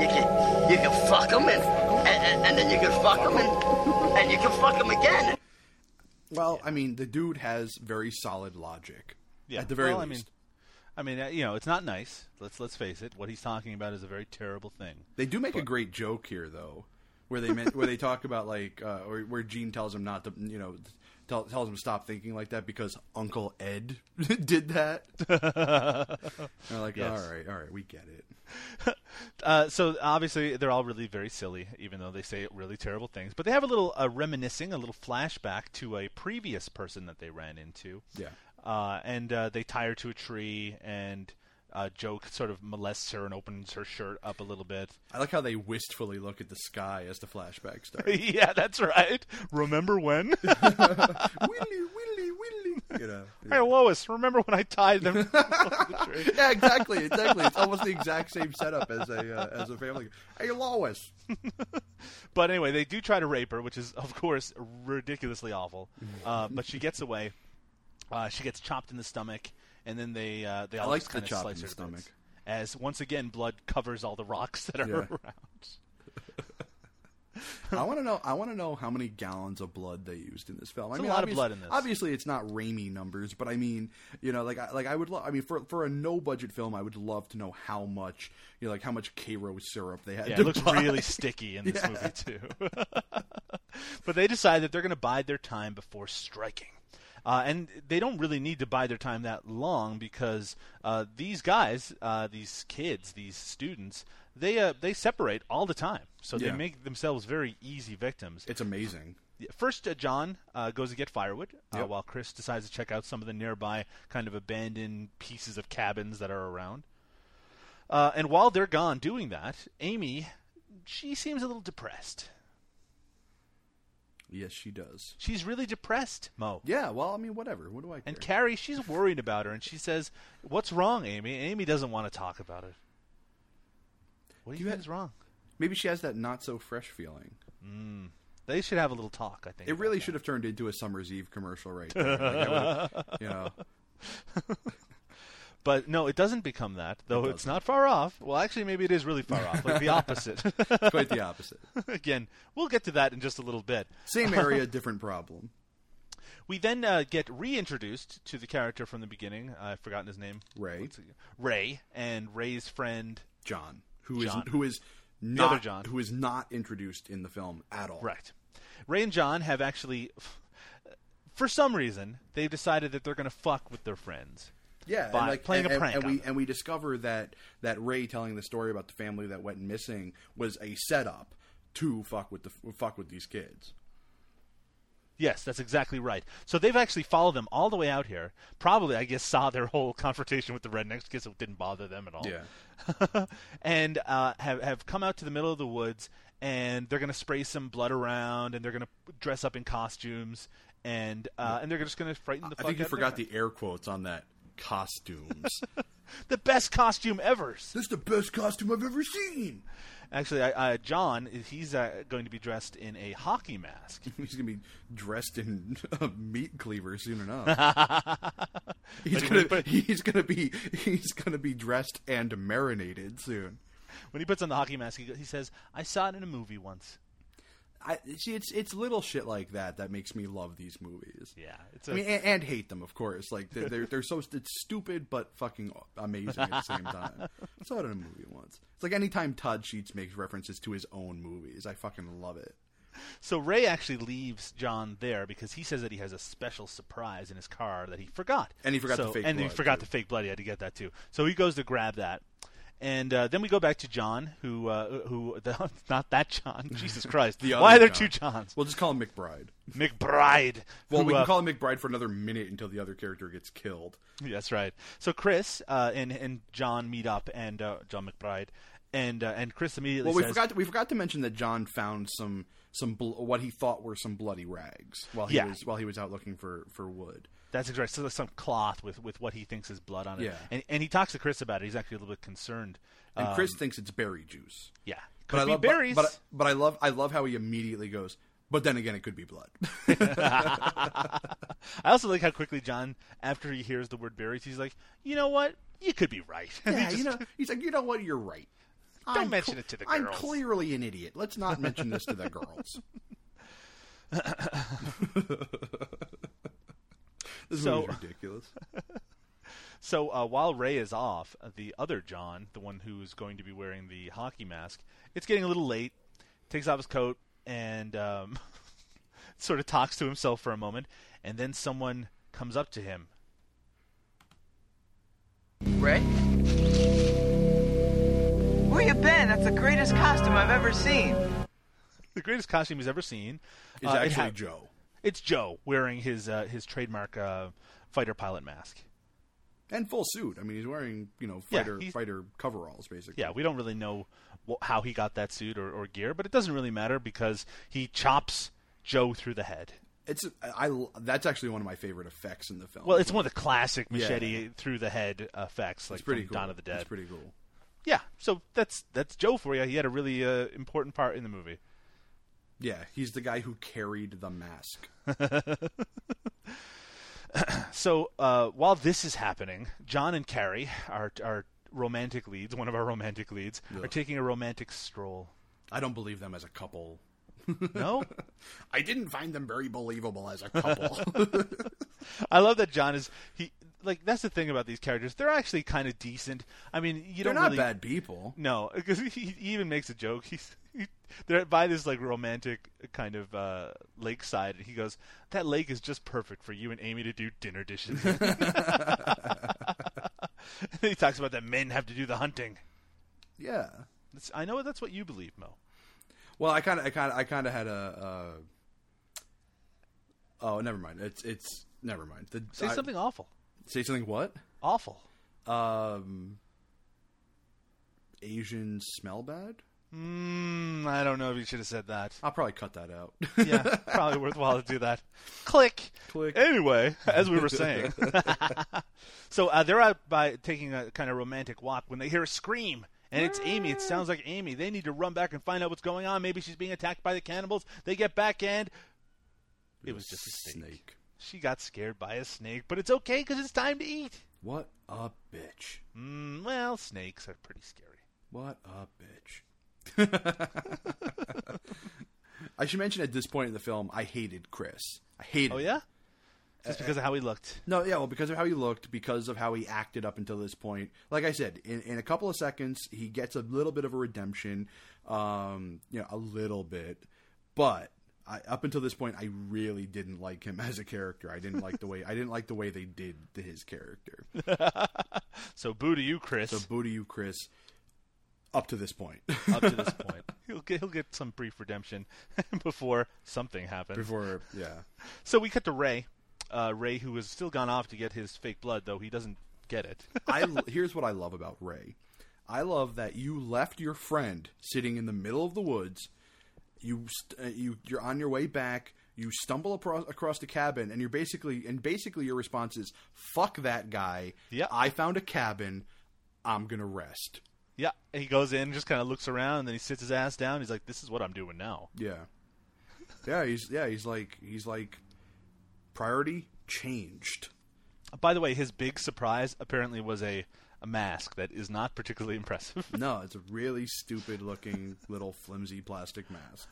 You could, you could fuck them and, and, and- and then you could fuck them and, and you could fuck them again.
Well, I mean, the dude has very solid logic.
Yeah,
At the very
well,
least.
I mean, I mean, uh, you know, it's not nice. Let's let's face it. What he's talking about is a very terrible thing.
They do make a great joke here, though, where they meant, where they talk about like, uh, or where Gene tells him not to, you know, tell, tells him to stop thinking like that because Uncle Ed did that. and they're like,
Yes.
all right, all right, we get it.
Uh, so obviously they're all really very silly, even though they say really terrible things. But they have a little uh, reminiscing, a little flashback to a previous person that they ran into.
Yeah.
Uh, and uh, they tie her to a tree, and uh, Joke sort of molests her and opens her shirt up a little bit.
I like how they wistfully look at the sky as the flashback starts.
yeah, that's right. Remember when?
willy, willy, willy. You know.
hey Lois, remember when I tied them?
Yeah, exactly, exactly. It's almost the exact same setup as a uh, as a family. Hey, Lois.
But anyway, they do try to rape her, which is, of course, ridiculously awful. Uh, but she gets away. Uh, she gets chopped in the stomach, and then they uh, they all
like
just
the
kinda
chop
slice
in
her
the
to bits.
stomach.
As once again, blood covers all the rocks that are
Yeah.
around.
I want to know. I want to know how many gallons of blood they used in this film. I
It's a
mean,
lot of
obvious-
blood in this.
Obviously, it's not Raimi numbers, but I mean, you know, like I, like I would love. I mean, for for a no budget film, I would love to know how much, you know, like how much Cairo syrup they had.
Yeah,
to
it looks
buy.
really sticky in this movie too. but they decide that they're going to bide their time before striking. Uh, and they don't really need to bide their time that long because uh, these guys, uh, these kids, these students, they uh, they separate all the time, so they
Yeah.
make themselves very easy victims.
It's amazing.
First, uh, John uh, goes to get firewood, uh,
Yep.
while Chris decides to check out some of the nearby kind of abandoned pieces of cabins that are around. Uh, and while they're gone doing that, Amy, she seems a little depressed.
Yes, she does.
She's really depressed, Mo.
Yeah. Well, I mean, whatever. What do I? Care?
And Carrie, she's worried about her, and she says, "What's wrong, Amy?" Amy doesn't want to talk about it. What do you,
You
think
ha-
is wrong?
Maybe she has that not so fresh feeling.
They should have a little talk. I think
It
about
really
that.
should have turned into a summer's eve commercial, right? There. Like, I would've- you know,
But no, it doesn't become that, though it's not far off. Well, actually, maybe it is really far off, like the opposite.
quite the opposite.
Again, we'll get to that in just a little bit.
Same area, different problem.
We then uh, get reintroduced to the character from the beginning. I've forgotten his name.
Ray.
What's it- Ray and Ray's friend.
John, who is
John.
who is not
other John.
who is not introduced in the film at all.
Right. Ray and John have actually. for some reason, they've decided that they're going to fuck with their friends.
Yeah,
by
and like
playing
and,
a
and-
prank.
and
on
we
them.
and we discover that that Ray telling the story about the family that went missing was a setup to fuck with the fuck with these kids.
Yes, that's exactly right. So they've actually followed them all the way out here. Probably, I guess, saw their whole confrontation with the rednecks because it didn't bother them at all. and uh, have have come out to the middle of the woods, and they're gonna spray some blood around, and they're gonna dress up in costumes, and uh, and they're just gonna frighten the.
I
fuck
think you
out of their
forgot
friends.
the air quotes on that costumes.
the best costume ever.
this is the best costume I've ever seen.
Actually, I, uh, John, he's uh, going to be dressed in a hockey mask.
He's gonna be dressed in a meat cleaver soon enough. he's
But-
gonna
but-
he's gonna be he's gonna be dressed and marinated soon.
when he puts on the hockey mask, he, go- he says, "I saw it in a movie once."
I see it's it's little shit like that that makes me love these movies.
Yeah, it's
I
a,
mean, and, and hate them, of course. Like they're they're, they're so st- stupid, but fucking amazing at the same time. I saw it in a movie once. It's like anytime Todd Sheets makes references to his own movies, I fucking love it.
So Ray actually leaves John there because he says that he has a special surprise in his car that he forgot,
And he forgot the
So-
fake
and he
blood,
forgot
too.
the fake blood. He had to get that too. So he goes to grab that, and uh, then we go back to John, who uh, who the, not that John, Jesus Christ,
The
why are
other
there two
John.
Johns?
We'll just call him McBride.
McBride.
Well,
who,
we can
uh,
call him McBride for another minute until the other character gets killed.
That's right. So Chris uh, and and John meet up, and uh, John McBride, and uh, and Chris immediately
Well, we
says,
forgot to, we forgot to mention that John found some some bl- what he thought were some bloody rags while he
Yeah.
was while he was out looking for for wood.
That's exactly so there's some cloth with, with what he thinks is blood on it.
Yeah.
And and he talks to Chris about it. He's actually a little bit concerned.
And
Um,
Chris thinks it's berry juice.
yeah. Could
But I
be
love but-
berries.
But, but I love I love how he immediately goes. But then again, it could be blood.
I also like how quickly John, after he hears the word berries, he's like, you know what? You could be right. And he
Yeah, you
just-
know, he's like, you know what? You're right.
Don't mention it to the
I'm
girls."
clearly an idiot. Let's not mention this to the girls. this
So-
movie's ridiculous.
So uh, while Ray is off, uh, the other John, the one who's going to be wearing the hockey mask, it's getting a little late. Takes off his coat and um, sort of talks to himself for a moment, and then someone comes up to him.
Ray? Where you been? That's the greatest costume I've ever seen.
The greatest costume he's ever seen
Is
Uh, it
actually
ha-
Joe.
It's Joe wearing his uh, his trademark uh, fighter pilot mask.
And full suit. I mean, he's wearing you know
Yeah,
fighter
he's-
fighter coveralls basically.
Yeah, we don't really know wh- how he got that suit or, or gear, but it doesn't really matter because he chops Joe through the head.
It's I, I- that's actually one of my favorite effects in the film.
Well, it's one of the classic machete through the head effects, like
It's pretty
from
cool.
Dawn of the Dead.
It's pretty cool.
yeah, so that's that's Joe for you. He had a really uh, important part in the movie.
Yeah, he's the guy who carried the mask.
So uh, while this is happening, John and Carrie, our our romantic leads, one of our romantic leads, are taking a romantic stroll.
I don't believe them as a couple.
No,
I didn't find them very believable as a couple.
I love that John is he like that's the thing about these characters. They're actually kind of decent. I mean, you
They're
don't
not
really,
bad people.
No, because he, he even makes a joke. He's he, they're by this like romantic kind of uh, lakeside, and he goes, "That lake is just perfect for you and Amy to do dinner dishes." in." he talks about that men have to do the hunting.
Yeah.
That's, I know that's what you believe, Mo.
Well, I kind of, I kind of, I kind of had a. Uh, oh, never mind. It's, it's never mind. The,
Say
I-
something awful,
Say something. What?
awful.
Um. Asians smell bad.
Mm, I don't know if you should have said that.
I'll probably cut that out.
yeah, probably worthwhile to do that. Click.
Click.
Anyway, as we were saying. so uh, they're out by taking a kind of romantic walk when they hear a scream. And it's Amy. It sounds like Amy. They need to run back and find out what's going on. Maybe she's being attacked by the cannibals. They get back and it was just a snake. She got scared by a snake, but it's okay because it's time to eat.
What a bitch.
Mm, well, snakes are pretty scary.
What a bitch. I should mention at this point in the film, I hated Chris. I hated.
Oh
him.
yeah, just because of how he looked.
No, yeah, well, because of how he looked, because of how he acted up until this point. Like I said, in, in a couple of seconds, he gets a little bit of a redemption, um, you know, a little bit, but I, up until this point, I really didn't like him as a character. I didn't like the way I didn't like the way they did the- his character.
So boo to you, Chris.
So boo to you, Chris. Up to this point,
up to this point, he'll get he'll get some brief redemption before something happens.
before yeah,
So we cut to Ray, uh, Ray who has still gone off to get his fake blood, though he doesn't get it.
I here's what I love about Ray. I love that you left your friend sitting in the middle of the woods. You st- uh, you you're on your way back. You stumble across across the cabin, and you're basically and basically your response is "fuck that guy."
Yeah.
I found a cabin. I'm gonna rest.
yeah, he goes in, just kind of looks around, and then he sits his ass down. He's like, "This is what I'm doing now."
Yeah, yeah. He's yeah. He's like he's like priority changed.
By the way, his big surprise apparently was a, a mask that is not particularly impressive.
No, it's a really stupid looking little flimsy plastic mask.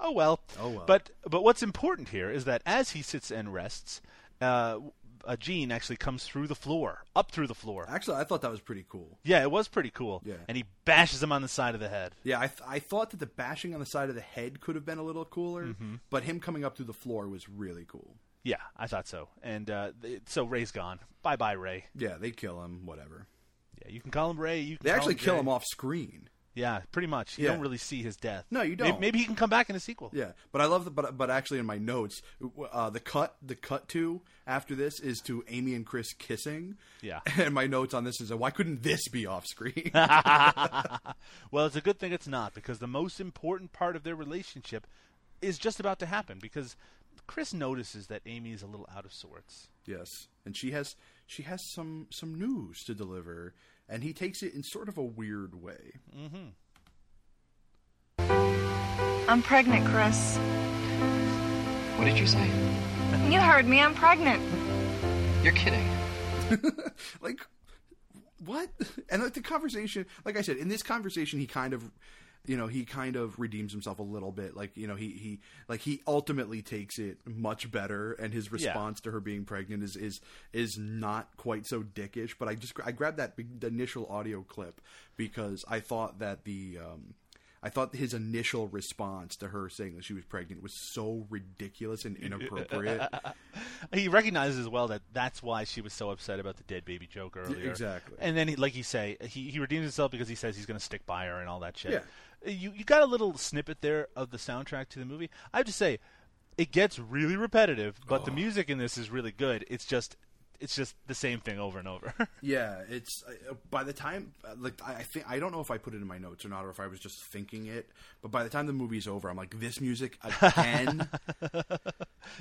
oh well.
Oh, well.
But but what's important here is that as he sits and rests, uh, a Gene actually comes through the floor, up through the floor.
Actually, I thought that was pretty cool.
Yeah, it was pretty cool.
Yeah.
And he bashes him on the side of the head.
Yeah, I, th- I thought that the bashing on the side of the head could have been a little cooler, but him coming up through the floor was really cool.
Yeah, I thought so. And uh, th- so Ray's gone. Bye bye, Ray.
Yeah, they kill him, whatever.
Yeah, you can call him Ray. You can
They
call
actually
him
kill
Jay.
him off screen.
Yeah, pretty much. You
Yeah.
don't really see his death.
No, you
May- Maybe,
don't.
he can come back in a sequel.
Yeah, but I love the but but actually in my notes, uh, the cut the cut to after this is to Amy and Chris kissing.
Yeah.
and my notes on this is uh, why couldn't this be off screen?
Well, it's a good thing it's not because the most important part of their relationship is just about to happen because Chris notices that Amy is a little out of sorts.
Yes, and she has she has some some news to deliver, and he takes it in sort of a weird way.
I'm pregnant, Chris.
What did you say?
You heard me. I'm pregnant.
You're kidding.
Like what? And like the conversation, like I said, in this conversation, he kind of. You know, he kind of redeems himself a little bit. Like, you know, he, he like he ultimately takes it much better and his response to her being pregnant is is is not quite so dickish, but I just I grabbed that big- the initial audio clip because I thought that the um I thought his initial response to her saying that she was pregnant was so ridiculous and inappropriate.
He recognizes well that that's why she was so upset about the dead baby joke earlier.
exactly.
And then, he, like you say, he, he redeems himself because he says he's going to stick by her and all that shit.
Yeah.
You you got a little snippet there of the soundtrack to the movie. I have to say, it gets really repetitive, but the music in this is really good. It's just it's just the same thing over and over.
Yeah, it's uh, by the time uh, like I I think I don't know if I put it in my notes or not, or if I was just thinking it. But by the time the movie's over, I'm like, this music again.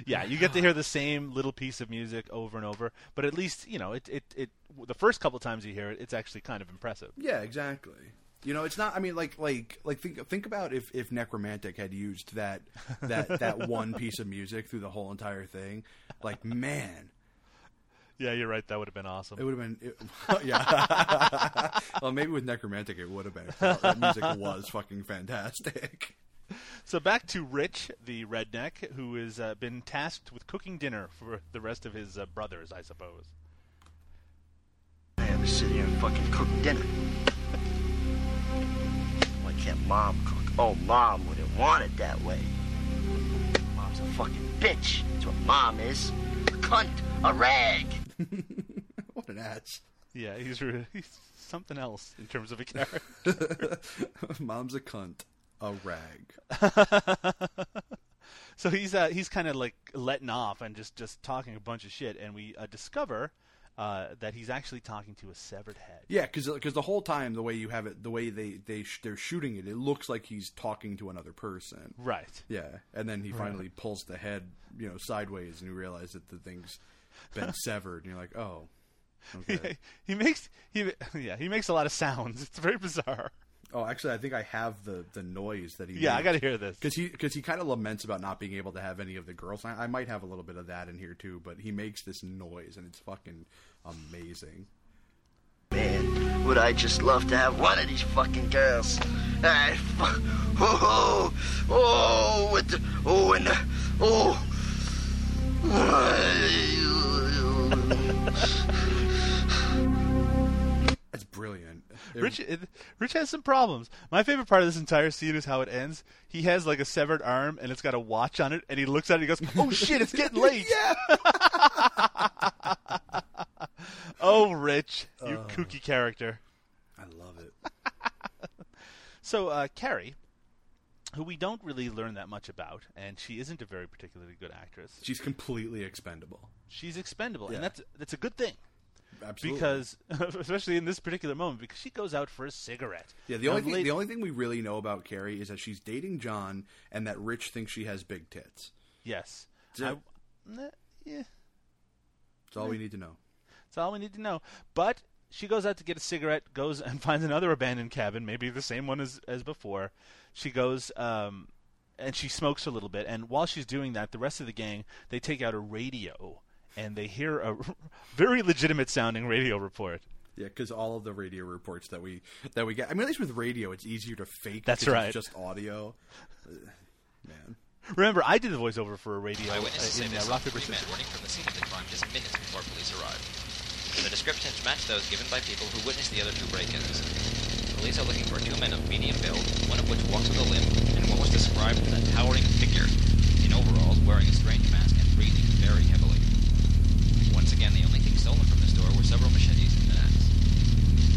yeah, you get to hear the same little piece of music over and over, but at least you know it. It, it the first couple times you hear it, it's actually kind of impressive.
yeah, exactly. You know, it's not. I mean, like, like, like. Think, think about if if Necromantic had used that that that one piece of music through the whole entire thing. Like, man,
Yeah, you're right. That would have been awesome.
it would have been. It, yeah. well, maybe with Necromantic, it would have been. That music was fucking fantastic.
So back to Rich, the redneck, who has uh, been tasked with cooking dinner for the rest of his uh, brothers, I suppose.
I have to sit here and fucking cook dinner. Why can't mom cook? Oh, mom would have wanted that way. Mom's a fucking bitch. That's what mom is. A cunt. A rag.
What an ass.
Yeah, he's, re- he's something else in terms of a character.
Mom's a cunt. A rag.
so he's uh, he's kind of like letting off and just just talking a bunch of shit, and we uh, discover uh, that he's actually talking to a severed head.
Yeah, because the whole time the way you have it, the way they they sh- they're shooting it, it looks like he's talking to another person.
Right.
Yeah, and then he finally pulls the head, you know, sideways, and you realize that the thing's been severed, and you're like, oh, okay.
he makes he yeah he makes a lot of sounds. It's very bizarre.
oh, actually, I think I have the the noise that he.
Yeah, I got to hear this.
Because he, cause he kind of laments about not being able to have any of the girls. I, I might have a little bit of that in here too, but he makes this noise and it's fucking amazing.
Man, would I just love to have one of these fucking girls. Alright, fu- Oh, oh, oh, with the, oh, and the, oh.
That's brilliant.
Rich, it- Rich has some problems. My favorite part of this entire scene is how it ends. He has like a severed arm, and it's got a watch on it, and he looks at it, and he goes, "Oh shit, it's getting late." oh, Rich, you
Oh.
kooky character.
I love it.
So uh, Carrie, who we don't really learn that much about, and she isn't a very particularly good actress.
She's completely expendable.
She's expendable,
Yeah.
and that's that's a good thing.
Absolutely.
Because especially in this particular moment, because she goes out for a cigarette.
Yeah, the
Now,
only thing,
late-
the only thing we really know about Carrie is that she's dating John, and that Rich thinks she has big tits.
yes,
It's it.
I- eh, yeah.
That's all we need to know.
That's all we need to know. But she goes out to get a cigarette, goes and finds another abandoned cabin, maybe the same one as, as before. She goes um, and she smokes a little bit. And while she's doing that, the rest of the gang they take out a radio and they hear a very legitimate sounding radio report.
Yeah, because all of the radio reports that we that we get. I mean, at least with radio, it's easier to fake.
That's
'cause it's
right.
just audio. Uh, Man,
Remember, I did the voiceover for a radio uh,
Eyewitnesses say
in
they
uh,
saw
Rock
three
Paper
men running from the scene of the crime just minutes before police arrived. The descriptions match those given by people who witnessed the other two break-ins. Police are looking for two men of medium build, one of which walks with a limp, and one was described as a towering figure in overalls wearing a strange mask and breathing very heavily. Once again, the only thing stolen from the store were several machetes and an axe.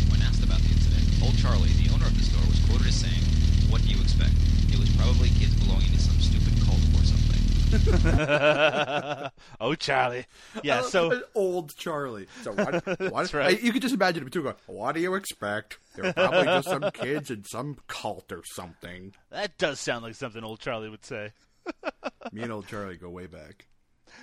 When asked about the incident, old Charlie, the owner of the store, was quoted as saying, What do you expect? It was probably kids belonging to some stupid cult or something.
oh, Charlie.
I
Yeah,
love
so.
that old Charlie. So what, what,
That's right.
I- you could just imagine him too. Going, what do you expect? They're probably just some kids in some cult or something.
That does sound like something old Charlie would say.
Me and old Charlie go way back.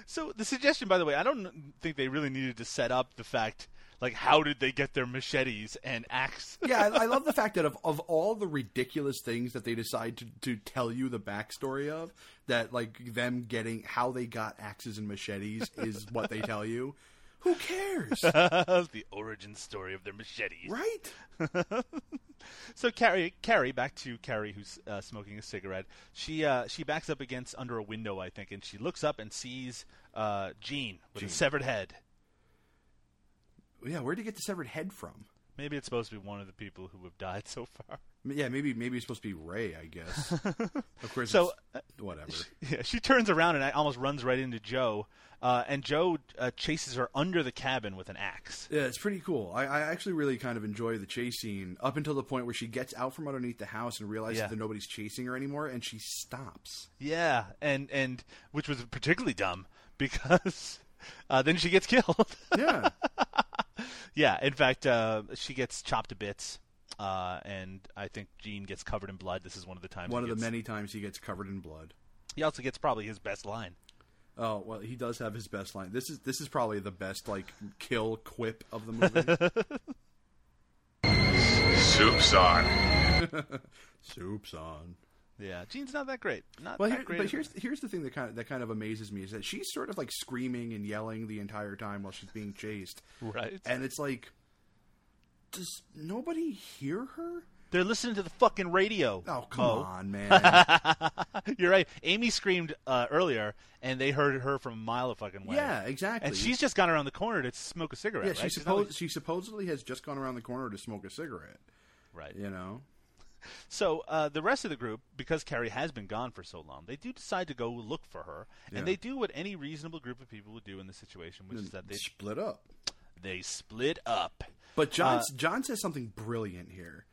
So the suggestion, by the way, I don't think they really needed to set up the fact, like, how did they get their machetes and axe?
yeah, I, I love the fact that of, of all the ridiculous things that they decide to, to tell you the backstory of, that like them getting how they got axes and machetes is what they tell you. Who cares?
the origin story of their machetes,
right?
so Carrie, Carrie, back to Carrie, who's uh, smoking a cigarette. She uh, she backs up against under a window, I think, and she looks up and sees uh, Gene with
Gene.
a severed head.
Yeah, where'd you get the severed head from?
Maybe it's supposed to be one of the people who have died so far.
M- Yeah, maybe maybe it's supposed to be Ray, I guess. of course,
So, uh,
it's- whatever.
Yeah, she turns around and almost runs right into Joe, uh, and Joe uh, chases her under the cabin with an axe.
Yeah, it's pretty cool. I, I actually really kind of enjoy the chase scene up until the point where she gets out from underneath the house and realizes
Yeah.
that nobody's chasing her anymore, and she stops.
Yeah, and and which was particularly dumb because uh, then she gets killed.
Yeah.
yeah. In fact, uh, she gets chopped to bits, uh, and I think Gene gets covered in blood. This is one of the times.
One
he
of the
gets-
many times he gets covered in blood.
He also gets probably his best line.
Oh well, he does have his best line. This is this is probably the best like kill quip of the movie.
Soup's on.
Soup's on.
Yeah, Gene's not that great. Not
Well,
that
here,
great.
but
of-
here's here's the thing that kind of that kind of amazes me is that she's sort of like screaming and yelling the entire time while she's being chased.
Right.
And it's like, does nobody hear her?
They're listening to the fucking radio.
Oh come
Mo.
on, man.
You're right. Amy screamed uh, earlier, and they heard her from a mile of fucking way.
Yeah, exactly.
And she's just gone around the corner to smoke a cigarette.
yeah,
right?
she
She's not
supposed
like-
she supposedly has just gone around the corner to smoke a cigarette.
Right.
You know.
So uh, the rest of the group, because Carrie has been gone for so long, they do decide to go look for her, and
Yeah. Mm.
they do what any reasonable group of people would do in this situation, which is that they
split up.
They split up.
But John
Uh,
John says something brilliant here.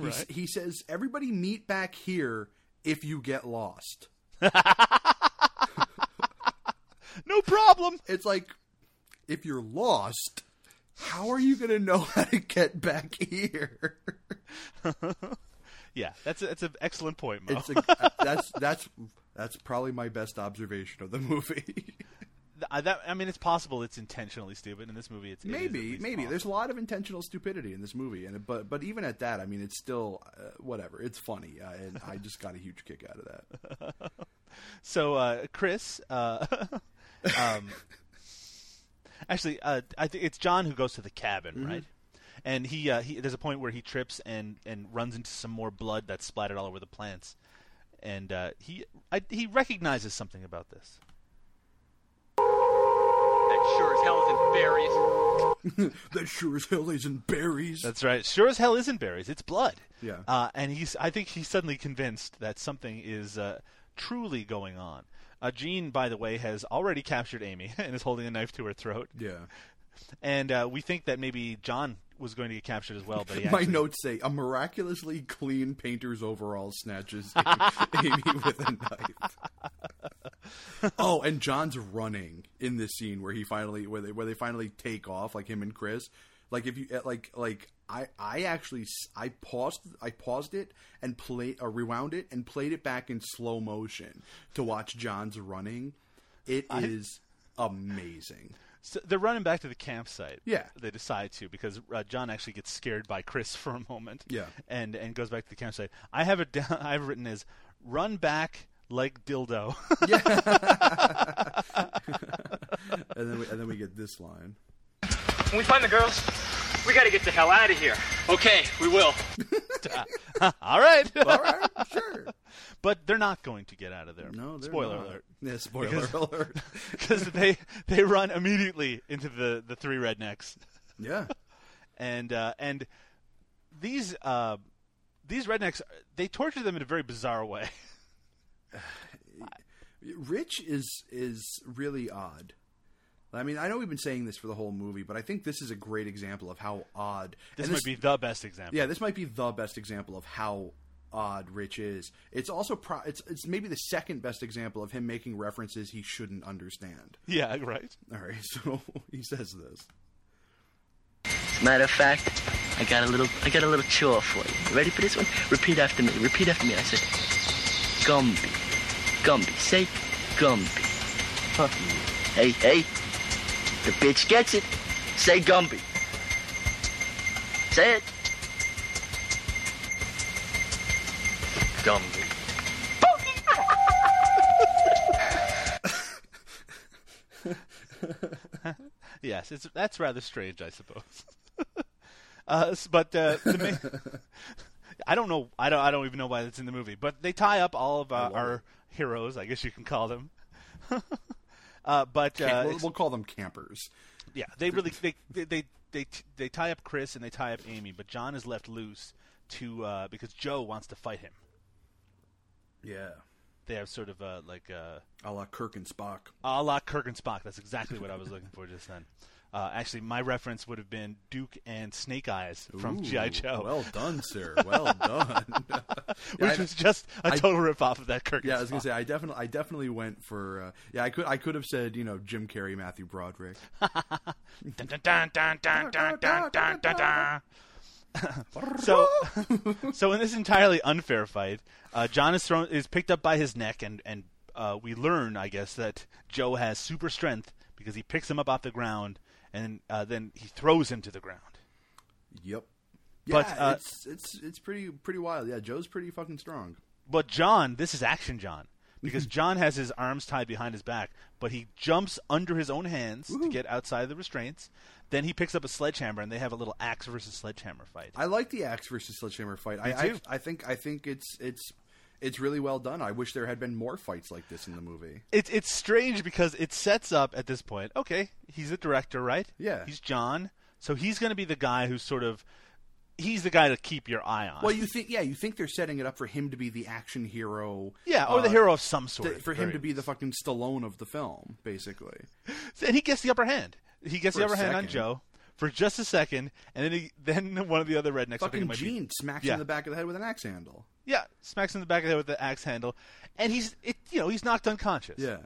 He, s-
Right.
he says, "Everybody meet back here if you get lost."
no problem.
It's like if you're lost, how are you going to know how to get back here?
yeah, that's a, that's an excellent point, Mo.
It's a, that's that's that's probably my best observation of the movie.
Th- I, that, I mean, it's possible it's intentionally stupid in this movie. It's it is at
maybe
least
maybe
possible.
there's a lot of intentional stupidity in this movie, and but but even at that, I mean, it's still uh, whatever. It's funny, uh, and I just got a huge kick out of that.
So, uh, Chris, uh, um, actually, uh, I think it's John who goes to the cabin,
Mhm.
right? And he, uh, he, there's a point where he trips and, and runs into some more blood that's splattered all over the plants, and uh, he I, he recognizes something about this.
That sure as hell isn't berries.
that sure as hell isn't berries.
That's right. Sure as hell isn't berries. It's blood.
Yeah.
Uh, and he's. I think he's suddenly convinced that something is uh, truly going on. Uh, Gene, by the way, has already captured Amy and is holding a knife to her throat.
Yeah.
And uh, we think that maybe John was going to get captured as well, but he
My
actually-
notes say a miraculously clean painter's overall snatches Amy with a knife. oh, and John's running in this scene where he finally where they where they finally take off, like him and Chris. Like if you eh, like like I I actually s- I paused I paused it and played uh, rewound it and played it back in slow motion to watch John's running. It
I-
is amazing.
So they're running back to the campsite.
Yeah.
They decide to because uh, John actually gets scared by Chris for a moment.
Yeah.
And and goes back to the campsite. I have it down. I've written as run back like dildo.
And then we, and then we get this line.
When we find the girls, we gotta get the hell out of here.
Okay, we will.
All right.
All right. Sure.
But they're not going to get out of there.
No, they're
spoiler
not.
alert.
Yeah, spoiler
Because-
alert.
Because they they run immediately into the the three rednecks.
Yeah.
and uh, and these uh, these rednecks they torture them in a very bizarre way.
Rich is is really odd. I mean, I know we've been saying this for the whole movie, but I think this is a great example of how odd.
This
and
might be the best example.
Yeah, this might be the best example of how odd Rich is. It's also pro- it's it's maybe the second best example of him making references he shouldn't understand.
Yeah, right.
All right, so he says this.
Matter of fact, I got a little I got a little chore for you. You Ready for this one? Repeat after me. Repeat after me. I said Gumby. Gumby. Say Gumby. Huh. Hey, hey. The bitch gets it. Say Gumby. Say it.
Gumby.
yes, it's that's rather strange, I suppose. uh, s- but uh, the main, I don't know. I don't. I don't even know why that's in the movie. But they tie up all of uh, our heroes. I guess you can call them. uh, but
Cam-
uh,
we'll,
it's-
we'll call them campers.
yeah, they really they they they they, t- they tie up Chris and they tie up Amy, but John is left loose to uh, because Joe wants to fight him.
Yeah,
They have sort of uh, like uh,
a la Kirk and Spock.
a la Kirk and Spock. That's exactly what I was looking for just then. Uh, actually, my reference would have been Duke and Snake Eyes from
Ooh,
G.I. Joe.
Well done, sir. Well done.
Which
I-
was just a
I-
total rip off of that Kirk.
Yeah, I
and
was gonna
Spock.
say I definitely, I definitely went for. Uh, yeah, I could, I could have said you know Jim Carrey, Matthew Broderick.
Dun, dun, dun, dun, dun, dun, dun, dun, dun, dun. so, so in this entirely unfair fight, uh, John is thrown is picked up by his neck, and and uh, we learn, I guess, that Joe has super strength because he picks him up off the ground, and uh, then he throws him to the ground.
Yep. Yeah,
But, uh,
it's it's it's pretty pretty wild. Yeah, Joe's pretty fucking strong.
But John, this is action John
Mm-hmm.
because John has his arms tied behind his back, but he jumps under his own hands to get outside of the restraints. Then he picks up a sledgehammer, and they have a little axe versus sledgehammer fight.
I like the axe versus sledgehammer fight. I,
too.
I I think I think it's it's it's really well done. I wish there had been more fights like this in the movie.
It, it's strange because it sets up at this point. Okay, he's a director, right?
Yeah.
he's John, so he's going to be the guy who's sort of he's the guy to keep your eye on.
Well, you think yeah, you think they're setting it up for him to be the action hero.
yeah, or the
uh,
hero of some sort,
th-
at
for
the
him
very
to be the fucking Stallone of the film, basically.
and he gets the upper hand. He gets
For
the
a
upper hand on
second.
Joe for just a second, and then he, then one of the other rednecks, I think it
Fucking
might be-
Gene smacks him
Yeah.
in the back of the head with an axe handle.
yeah, smacks him in the back of the head with the axe handle, and he's it, you know he's knocked unconscious.
Yeah.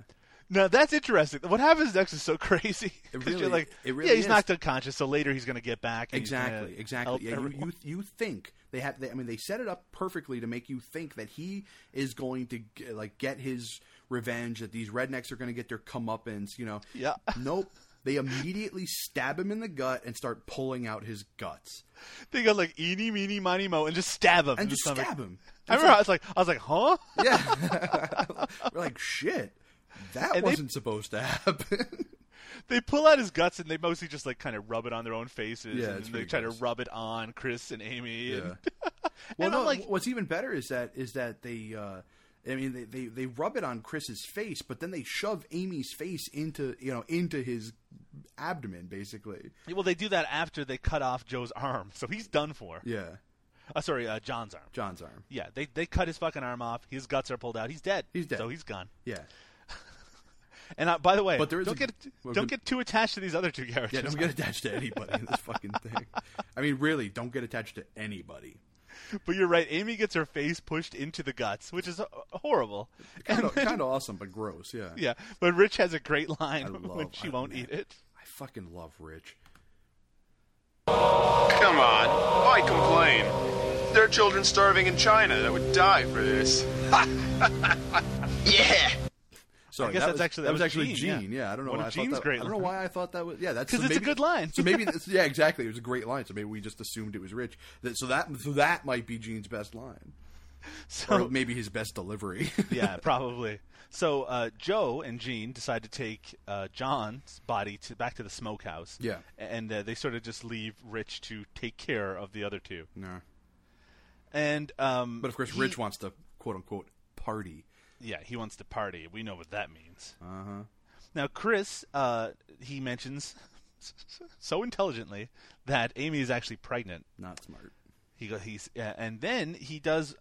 Now that's interesting. What happens next is so crazy. 'Cause you're
really-
like,
it really
yeah, he's
is.
knocked unconscious, so later he's going to get back. and he's gonna
Exactly, exactly.
help
Yeah, you,
everyone.
you you think they have? They, I mean, they set it up perfectly to make you think that he is going to g- like get his revenge, that these rednecks are going to get their comeuppance. You know?
Yeah.
Nope. They immediately stab him in the gut and start pulling out his guts
they go like eeny, meeny, miny, mo, and just stab him. in
and
the
just
stomach.
stab him.
I remember I was like, I was like, huh?
We're like, shit, that
And they-
wasn't supposed to happen.
They pull out his guts and they mostly just like kind of rub it on their own faces.
Yeah,
and
it's
then they
pretty
try
gross.
to rub it on Chris and Amy. and-
Well,
And
no.
I'm like-
what's even better is that is that they, uh, I mean, they, they they rub it on Chris's face, but then they shove Amy's face into you know into his abdomen, basically.
Well, they do that after they cut off Joe's arm, so he's done for.
Yeah.
Uh, sorry, uh, John's arm.
John's arm.
Yeah, they they cut his fucking arm off. His guts are pulled out. He's dead.
He's dead.
So he's gone.
Yeah.
And uh, by the way, but there is don't a, get well, don't get too attached to these other two characters.
Yeah, don't get attached to anybody in this fucking thing. I mean, really, don't get attached to anybody.
But you're right. Amy gets her face pushed into the guts, which is uh, horrible.
Kind of, kind of awesome, but gross. Yeah.
Yeah. But Rich has a great line love, when she I won't
man,
eat it.
I fucking love Rich.
Come on, why complain? There are children starving in China that would die for this.
yeah.
Sorry,
that
that's
was, actually
that, was,
Gene,
actually Gene.
Yeah.
yeah. I don't know
One
why
of
I
Gene's
thought that,
great
I don't know why I thought that was yeah. That's
because
so
it's a
maybe-
good line.
so maybe it's, yeah, exactly. It was a great line. So maybe we just assumed it was Rich. That, so that so that might be Gene's best line,
So-
or maybe his best delivery.
yeah, probably. So uh, Joe and Gene decide to take uh, John's body to, back to the smokehouse.
Yeah.
and uh, they sort of just leave Rich to take care of the other two.
No.
And um,
but of course,
he-
Rich wants to quote unquote party.
Yeah, he wants to party. We know what that means.
Uh huh.
Now, Chris, uh, he mentions so intelligently that Amy is actually pregnant.
Not smart.
He go, he's uh, and then he does.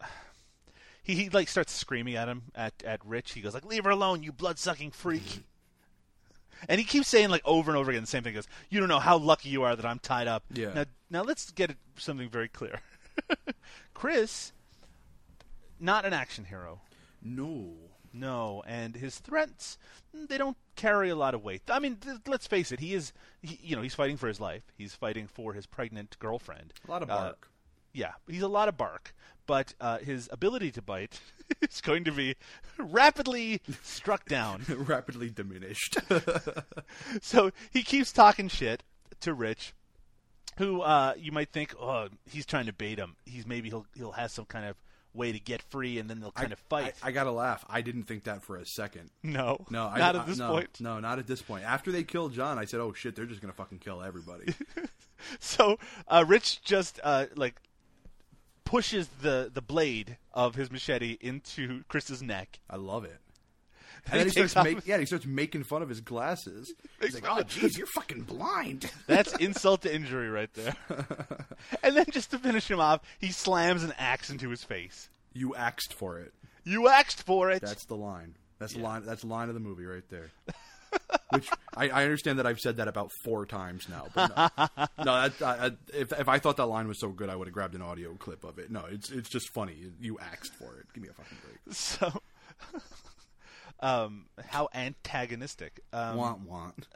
He, he like starts screaming at him at, at Rich. He goes like, "Leave her alone, you blood sucking freak." and he keeps saying like over and over again the same thing. He goes, "You don't know how lucky you are that I'm tied up."
Yeah.
Now, now let's get something very clear. Chris, not an action hero.
No.
No, and his threats they don't carry a lot of weight. I mean, th- let's face it, he is he, you know, he's fighting for his life. He's fighting for his pregnant girlfriend.
A lot of
Uh,
bark.
yeah, he's a lot of bark, but uh, his ability to bite is going to be rapidly struck down.
Rapidly diminished.
so he keeps talking shit to Rich, who uh, you might think, oh, he's trying to bait him. He's maybe he'll he'll have some kind of way to get free, and then they'll kind
I-
of fight.
I, I gotta laugh. I didn't think that for a second.
no,
No, I,
not
I-
at this
no,
point.
No, not at this point. After they killed John, I said, "Oh shit, they're just gonna fucking kill everybody."
so uh, Rich just uh, like pushes the the blade of his machete into Chris's neck.
I love it.
And
And then he
takes
starts
off-
making yeah, he starts making fun of his glasses. He's like, "Oh, jeez, you're fucking blind."
That's insult to injury right there. and then just to finish him off, he slams an axe into his face.
you axed for it.
You axed for it.
That's the line. That's the line. That's the line of the movie right there. Which I, I understand that I've said that about four times now. But no, no that, I, I, if if I thought that line was so good, I would have grabbed an audio clip of it. No, it's it's just funny. You axed for it. Give me a fucking break.
so um how antagonistic. Um
want want.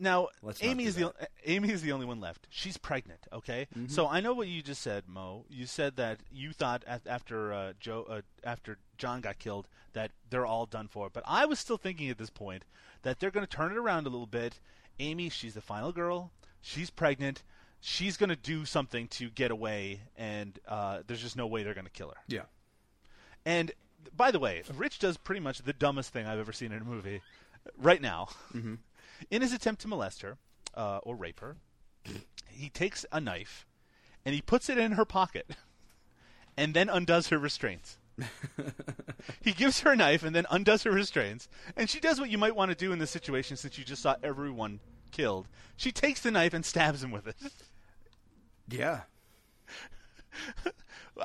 Now,
Let's not
Amy
do Mm-hmm.
is the o- Amy is the only one left. She's pregnant. Okay, so I know what you just said, Mo. You said that you thought af- after uh, Joe, uh, after John got killed, that they're all done for. But I was still thinking at this point that they're going to turn it around a little bit. Amy, she's the final girl. She's pregnant. She's going to do something to get away, and uh, there's just no way they're going to kill her.
Yeah.
And th- by the way, Rich does pretty much the dumbest thing I've ever seen in a movie uh, right now.
Mm-hmm.
In his attempt to molest her uh, or rape her, he takes a knife and he puts it in her pocket and then undoes her restraints. he gives her a knife and then undoes her restraints. And she does what you might want to do in this situation since you just saw everyone killed. She takes the knife and stabs him with it.
Yeah.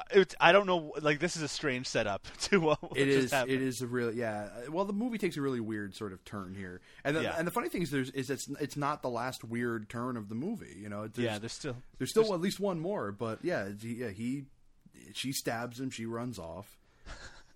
It's, I don't know. Like, this is a strange setup to uh, what
It
just
is.
happened.
It is a really yeah. Uh, Well, the movie takes a really weird sort of turn here, and the,
Yeah.
and the funny thing is, there's is it's it's not the last weird turn of the movie. You know,
Yeah, there's still-
there's still at least one more, but yeah, he- yeah, he she stabs him, she runs off,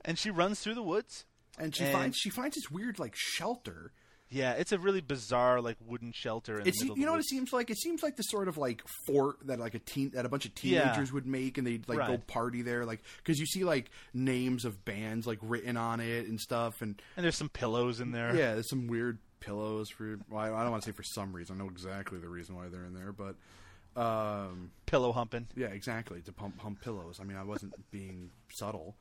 and she runs through the woods.
and she
And-
finds she finds this weird like shelter.
Yeah, it's a really bizarre, like wooden shelter in
It's
the middle.
you know
of
what
the
it seems like. It seems like the sort of like fort that like a teen that a bunch of
Yeah.
teenagers would make, and they'd like go
Right.
party there, like because you see like names of bands like written on it and stuff, and
And there's some pillows in there.
Yeah, there's some weird pillows for. Well, I I don't want to say for some reason. I know exactly the reason why they're in there, but um,
pillow humping.
yeah, exactly to pump hump pillows. I mean, I wasn't being subtle.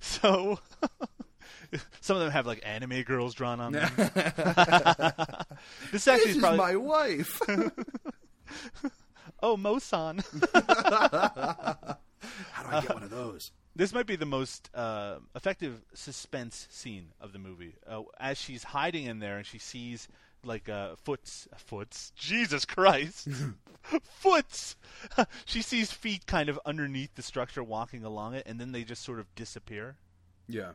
So some of them have like anime girls drawn on them. this actually
This is
is probably
my wife.
oh Mosan.
How do I get one of those?
This might be the most uh, effective suspense scene of the movie. Uh, as she's hiding in there and she sees like uh, foots, foots. Jesus Christ, foots. she sees feet kind of underneath the structure, walking along it, and then they just sort of disappear.
Yeah.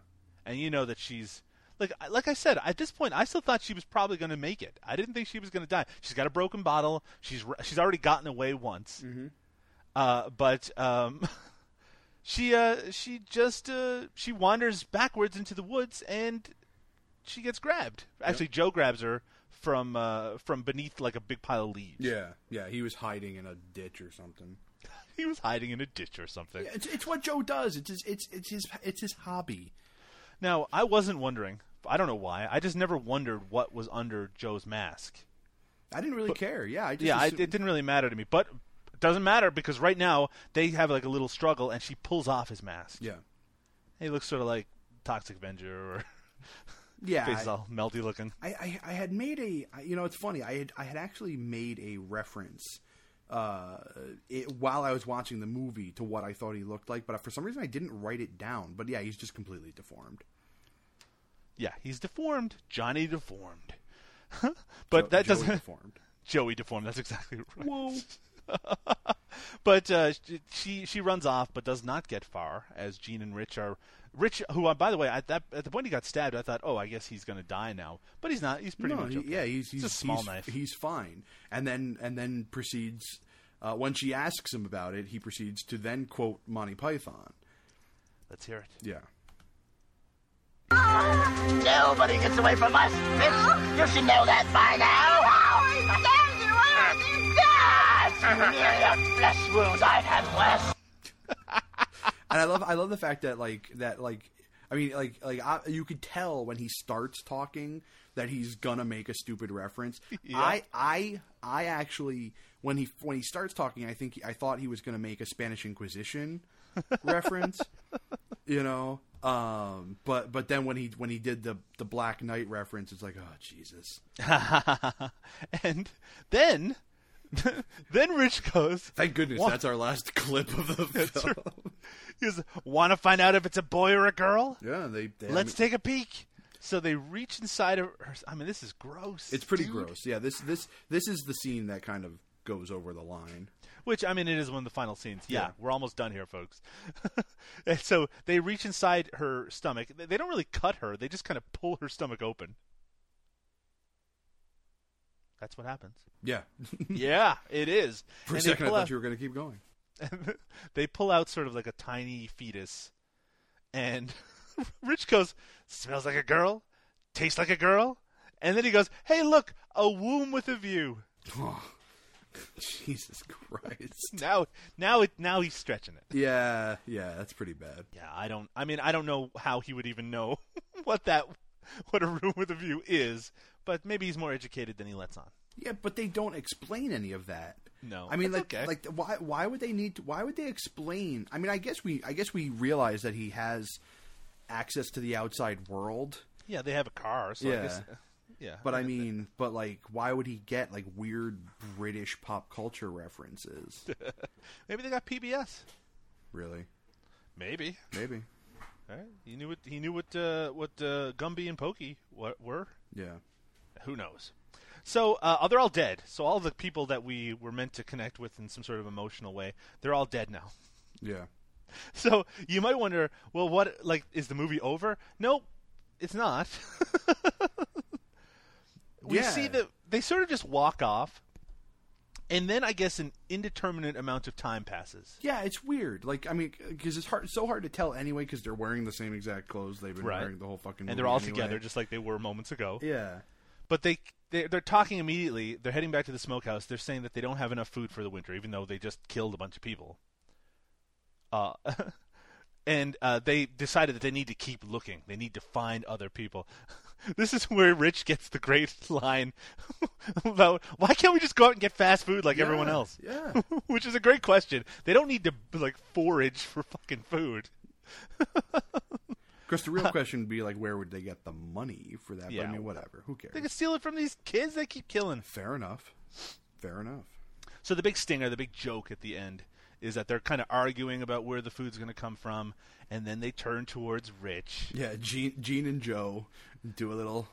And you know that she's like, like I said, at this point, I still thought she was probably going to make it. I didn't think she was going to die. She's got a broken bottle. She's she's already gotten away once.
Mm-hmm.
Uh, but um, she uh, she just uh, she wanders backwards into the woods and she gets grabbed. Actually, Joe grabs her from uh, from beneath like a big pile of leaves.
Yeah, yeah. He was hiding in a ditch or something.
He was hiding in a ditch or something.
It's, it's what Joe does. It's his, it's it's his it's his hobby.
Now, I wasn't wondering. I don't know why. I just never wondered what was under Joe's mask.
I didn't really care. Yeah, I just
yeah, I, it
assumed-
didn't really matter to me. But it doesn't matter because right now they have like a little struggle, and she pulls off his mask.
Yeah.
he looks sort of like Toxic Avenger, or
Yeah,
face is
I-
all melty looking.
I, I, I had made a I- you know it's funny I had I had actually made a reference uh, it, while I was watching the movie to what I thought he looked like, but for some reason I didn't write it down. But yeah, he's just completely deformed.
Yeah, he's deformed. Johnny deformed. but that
Joey
doesn't
deformed.
Joey deformed. That's exactly right. but uh, she she runs off, but does not get far as Gene and Rich are. Rich, who uh, by the way, at that at the point he got stabbed, I thought, oh, I guess he's gonna die now. But he's not. He's pretty
No,
much
he-
okay.
yeah, he's he's
it's a small
he's,
knife.
He's fine, and then and then proceeds uh, when she asks him about it, he proceeds to then quote Monty Python.
Let's hear it.
Yeah,
Nobody gets away from us, bitch. You should know that by now. Yes! Myriad flesh wounds I've had less.
and I love I love the fact that like that like I mean like like I, you could tell when he starts talking that he's gonna make a stupid reference.
Yeah.
I I I actually when he when he starts talking, I think I thought he was gonna make a Spanish Inquisition reference, you know. Um, but but then when he when he did the the Black Knight reference, it's like oh Jesus.
and then then Rich goes.
Thank goodness
"Wa-
that's our last clip of the film.
That's right. He goes, "Want to find out if it's a boy or a girl?
Yeah, they. they
Let's
I mean,
take a peek." So they reach inside of her. I mean, this is gross.
It's pretty
dude.
gross. Yeah, this this this is the scene that kind of goes over the line.
Which I mean, it is one of the final scenes. Yeah,
Yeah.
we're almost done here, folks. and so they reach inside her stomach. They- They don't really cut her; they just kind of pull her stomach open. That's what happens.
Yeah.
yeah, it is.
For a
And they
second, I
pull
thought
out-
you were going to keep going.
they pull out sort of like a tiny fetus, and Rich goes, "Smells like a girl, tastes like a girl," and then he goes, "Hey, look, a womb with a view."
Jesus Christ!
Now, now, it, now he's stretching it.
Yeah, yeah, that's pretty bad.
Yeah, I don't. I mean, I don't know how he would even know what that, what a room with a view is. But maybe he's more educated than he lets on.
Yeah, but they don't explain any of that.
No,
I mean,
that's
like,
okay.
like why why would they need? To, why would they explain? I mean, I guess we I guess we realize that he has access to the outside world.
yeah, they have a car. So I
Yeah.
guess, yeah.
But I mean, but like, why would he get like weird British pop culture references?
maybe they got PBS.
Really?
Maybe.
Maybe.
All right. He knew what he knew what uh, what uh, Gumby and Pokey what were.
Yeah.
Who knows? So uh, oh, they're all dead. So all the people that we were meant to connect with in some sort of emotional way, they're all dead now.
Yeah.
So you might wonder, well, what like is the movie over? No, it's not. we
Yeah.
see that they sort of just walk off, and then I guess an indeterminate amount of time passes.
Yeah, it's weird. Like, I mean, because it's hard, so hard to tell anyway. Because they're wearing the same exact clothes they've been
Right.
wearing the whole fucking.
and they're
movie
all
anyway.
together just like they were moments ago.
Yeah.
But they they they're talking immediately. They're heading back to the smokehouse. They're saying that they don't have enough food for the winter, even though they just killed a bunch of people. Uh, and uh, they decided that they need to keep looking. They need to find other people. this is where Rich gets the great line about why can't we just go out and get fast food like everyone
Yeah,
else?
yeah.
which is a great question. They don't need to like forage for fucking food.
Because the real question would be like, where would they get the money for that? But
Yeah.
I mean, whatever. Who cares?
They can steal it from these kids they keep killing.
Fair enough. Fair enough.
So the big stinger, the big joke at the end is that they're kind of arguing about where the food's going to come from, and then they turn towards Rich.
Yeah, Gene, Gene and Joe do a little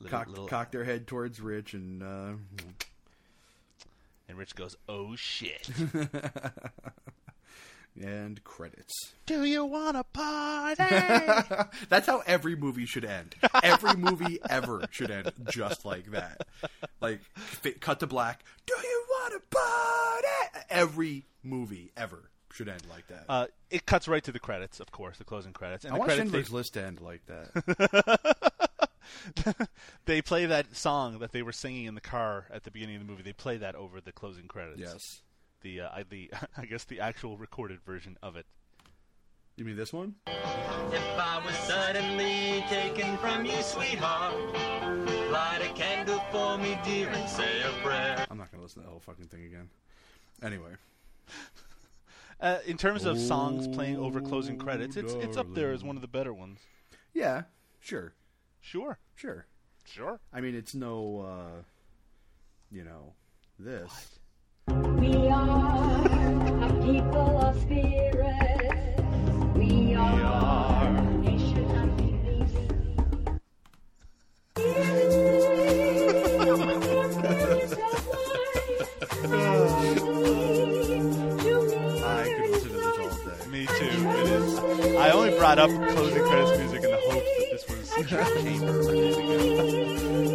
Little-
cock,
little-
cock their head towards Rich, and uh,
And Rich goes, "Oh shit."
and credits.
Do you want to party?
That's how every movie should end. Every movie ever should end just like that. Like fit, cut to black. Do you want to party? Every movie ever should end like that.
Uh, it cuts right to the credits, of course, the closing credits. And
I
the
want
credits
Schindler's
they,
List to end like that.
they play that song that they were singing in the car at the beginning of the movie. They play that over the closing credits.
Yes.
The uh, I, the I guess the actual recorded version of it.
You mean this one?
If I was suddenly taken from you, sweetheart, light a candle for me, dear, and say a prayer.
I'm not gonna listen to the whole fucking thing again. Anyway,
Uh, in terms of songs playing over closing credits, it's it's up there as
darling.
one of the better ones.
yeah, sure,
Sure.
sure.
Sure.
I mean, it's no, uh, you know, this.
We are a people of spirit. We are a nation of beliefs.
I could listen to this all day. Me too. It is. I only brought up closing credits music in the hope that this was.
You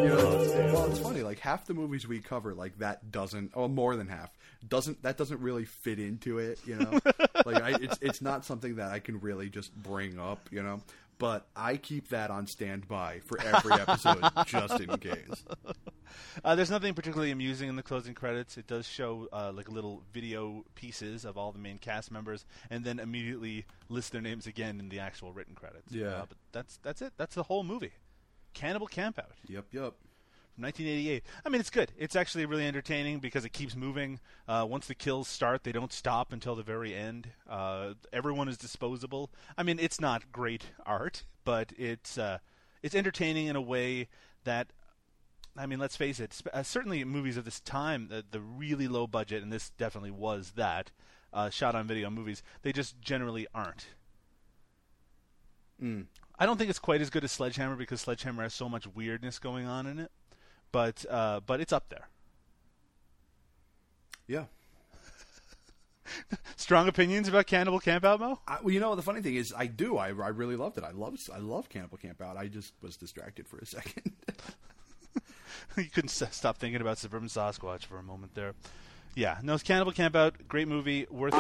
know, it's- well, it's funny. Like half the movies we cover, like that doesn't, or more than half, doesn't that doesn't really fit into it. You know, like I, it's it's not something that I can really just bring up. You know, but I keep that on standby for every episode just in case.
Uh, there's nothing particularly amusing in the closing credits. It does show uh, like little video pieces of all the main cast members, and then immediately list their names again in the actual written credits.
Yeah.
Uh, but that's that's it. That's the whole movie. Cannibal Campout.
Yep, yep.
From 1988. I mean, it's good. It's actually really entertaining because it keeps moving. Uh, once the kills start, they don't stop until the very end. Uh, everyone is disposable. I mean, it's not great art, but it's uh, it's entertaining in a way that I mean, let's face it. sp- Uh, certainly, movies of this time, the, the really low budget, and this definitely was that, uh, shot on video movies, they just generally aren't.
Mm.
I don't think it's quite as good as Sledgehammer because Sledgehammer has so much weirdness going on in it, but uh, but it's up there.
Yeah.
Strong opinions about Cannibal Campout, Mo?
I, well, you know the funny thing is, I do. I, I really loved it. I love I love Cannibal Campout. I just was distracted for a second.
you couldn't s- stop thinking about Suburban Sasquatch for a moment there. Yeah, no, it's Cannibal Campout, great movie, worth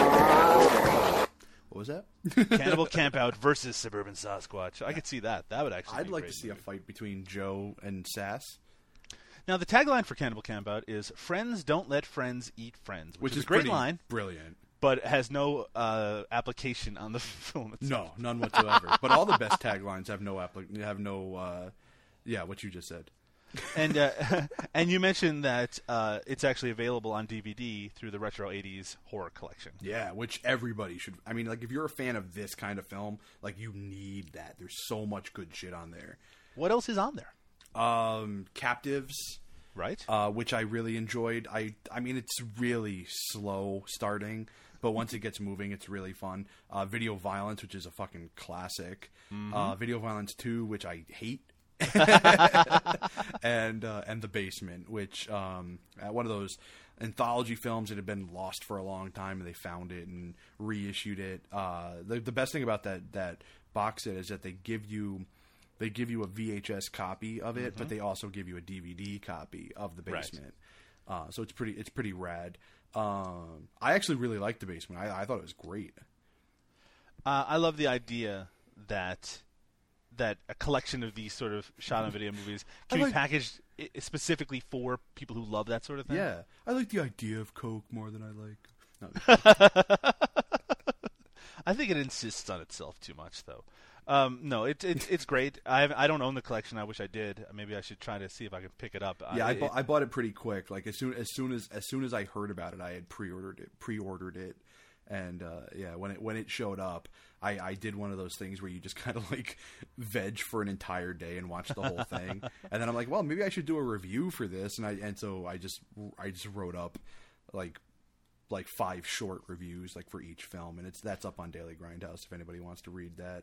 it.
What was that?
Cannibal Campout versus Suburban Sasquatch. I could see that. That would actually.
I'd
be
like
great.
to see a fight between Joe and Sass,
Now the tagline for Cannibal Campout is "Friends don't let friends eat friends," which, is, a great
pretty
line,
brilliant.
but it has no uh, application on the film.
No,
Itself.
none whatsoever. but all the best taglines have no applic- have no uh yeah, what you just said.
and uh, and you mentioned that uh, it's actually available on DVD through the Retro '80s Horror Collection.
Yeah, which everybody should I mean like if you're a fan of this kind of film, like you need that. There's so much good shit on there.
What else is on there?
Um Captives
Right.
Uh, which I really enjoyed. I I mean it's really slow starting, but once it gets moving it's really fun. Uh Video Violence, which is a fucking classic.
Mhm.
Uh Video Violence 2, which I hate. and uh, and the basement, which um, uh, one of those anthology films that had been lost for a long time, and they found it and reissued it. Uh, the, the best thing about that that box set is that they give you they give you a VHS copy of it, but
Mhm.
they also give you a DVD copy of the
Right.
basement. Uh, so it's pretty it's pretty rad. Um, I actually really liked the basement. I, I thought it was great.
Uh, I love the idea that that a collection of these sort of shot on video movies can
I
be
like-
packaged i- specifically for people who love that sort of thing.
Yeah, I like the idea of Coke more than I like. No.
I think it insists on itself too much, though. Um, no, it's it's it's great. I have, I don't own the collection. I wish I did. Maybe I should try to see if I can pick it up.
Yeah, I,
it-
bought, I bought it pretty quick. Like as soon as soon as as soon as I heard about it, I had pre-ordered it. Pre-ordered it, and uh, yeah, when it when it showed up, I I did one of those things where you just kind of like veg for an entire day and watch the whole thing. and then I'm like, well, maybe I should do a review for this. And I and so I just I just wrote up like like five short reviews like for each film, and it's that's up on Daily Grindhouse if anybody wants to read that.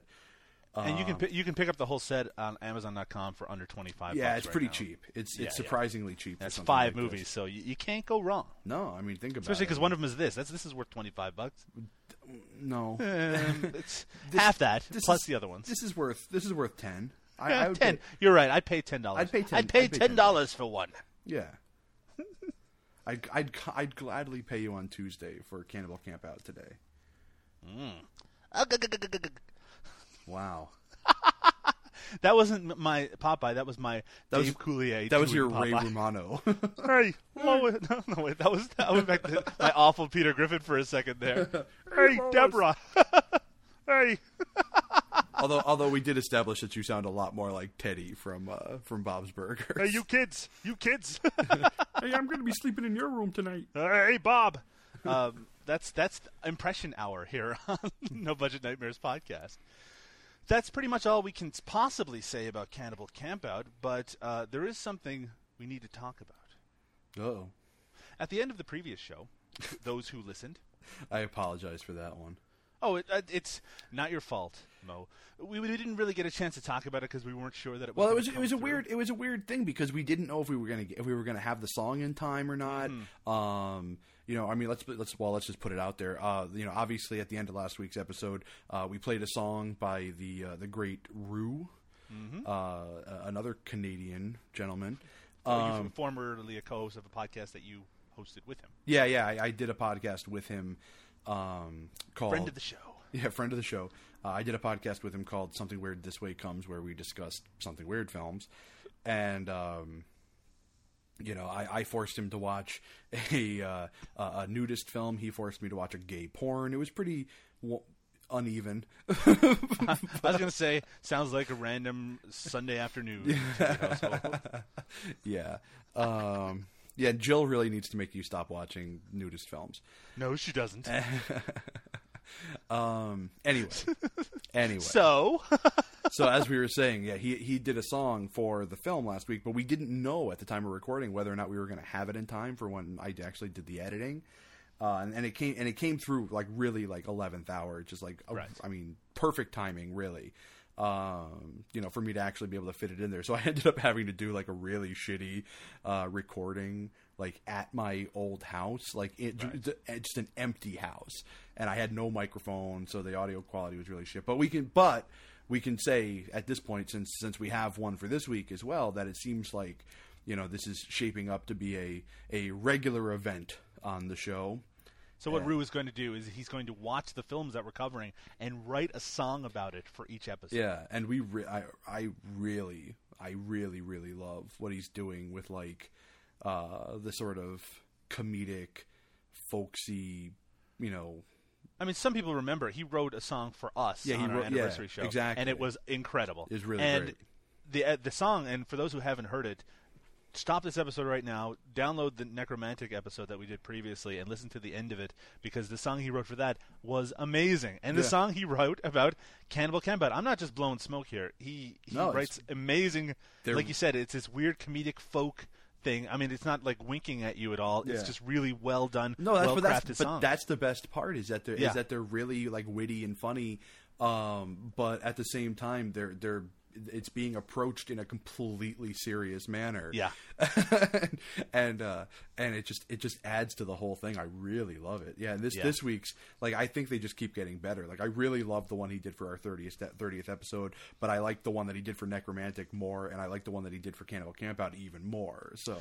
and you can pi- you can pick up the whole set on Amazon.com for under twenty five.
Yeah, it's pretty cheap. It's- it's surprisingly cheap for
That's
something
five
like
movies,
this.
so you, you can't go wrong.
No, I mean think about
especially
it.
because one of them is this. That's this is worth twenty five bucks.
No,
Um, it's
This-
half that
this
plus
is-
the other ones.
This is worth this is worth ten. I,
Yeah,
I would
ten.
pay-
You're right. I'd pay ten dollars.
I'd pay ten.
I'd pay ten dollars for one.
Yeah. I'd, I'd I'd gladly pay you on Tuesday for Cannibal Camp Out today. Wow.
That wasn't m- my Popeye. That was my
That was-
Dave Coulier.
that was
doing
your Ray
Popeye.
Romano.
hey, no, no, no, wait, that was I went back to my awful Peter Griffin for a second there. Hey, Deborah. hey.
although although we did establish that you sound a lot more like Teddy from uh, from Bob's Burgers.
Hey, you kids. You kids.
hey, I'm going to be sleeping in your room tonight.
Hey, Bob. Um, that's that's impression hour here on No Budget Nightmares podcast. That's pretty much all we can possibly say about Cannibal Campout, but uh, there is something we need to talk about.
Oh,
At the end of the previous show, those who listened.
I apologize for that one.
Oh, it, uh, it's not your fault, Mo. We, we didn't really get a chance to talk about it because we weren't sure that it was.
Well, it
gonna
was it
come
was a
through.
weird it was a weird thing because we didn't know if we were gonna get, if we were gonna have the song in time or not.
Mm-hmm.
Um, you know, I mean, let's let's well, let's just put it out there. Uh, you know, obviously at the end of last week's episode, uh, we played a song by the uh, the great Rue,
Mm-hmm.
uh, a- another Canadian gentleman.
Oh, you
Um,
f- formerly a co-host of a podcast that you hosted with him.
Yeah, yeah. I, I did a podcast with him um, called
Friend of the show.
Yeah, friend of the show. Uh, I did a podcast with him called "Something Weird This Way Comes," where we discussed something weird films, and um, you know, I, I forced him to watch a uh, a a nudist film. He forced me to watch a gay porn. It was pretty w- uneven.
I was gonna say, sounds like a random Sunday afternoon.
yeah. Um, yeah, Jill really needs to make you stop watching nudist films.
No, she doesn't.
um, anyway. Anyway.
So?
so as we were saying, yeah, he he did a song for the film last week, but we didn't know at the time of recording whether or not we were going to have it in time for when I actually did the editing. Uh, and, and it came and it came through like really like 11th hour, just like a- I mean, perfect timing really. Um, you know, for me to actually be able to fit it in there. So I ended up having to do like a really shitty uh recording like at my old house, like it, j- j- just an empty house. And I had no microphone, so the audio quality was really shit. But we can but we can say at this point, since since we have one for this week as well, that it seems like you know this is shaping up to be a a regular event on the show.
So what
Uh,
Rue is going to do is he's going to watch the films that we're covering and write a song about it for each episode.
Yeah, and we re- I I really I really really love what he's doing with like uh the sort of comedic folksy, you know,
I mean, some people remember he wrote a song for us
Yeah, he
on our
wrote- yeah,
anniversary show,
exactly.
and it was incredible.
It's really
and
great.
the uh, the song. And for those who haven't heard it, stop this episode right now. Download the Necromantic episode that we did previously and listen to the end of it because the song he wrote for that was amazing. And the
Yeah.
song he wrote about Cannibal Campout. I'm not just blowing smoke here. He he
No, it's-
writes amazing.
They're-
Like you said, it's this weird comedic folk. Thing. I mean, it's not like winking at you at all.
Yeah.
It's just really well done,
No, that's
well
but
crafted
that's, but
song.
that's the best part is that they're
Yeah.
is that they're really like witty and funny, um, but at the same time they're they're it's being approached in a completely serious manner.
Yeah.
and uh, and it just it just adds to the whole thing. I really love it. Yeah, and this
Yeah.
this week's like I think they just keep getting better. Like I really love the one he did for our thirtieth thirtieth episode, but I like the one that he did for Necromantic more, and I like the one that he did for Cannibal Campout even more. So.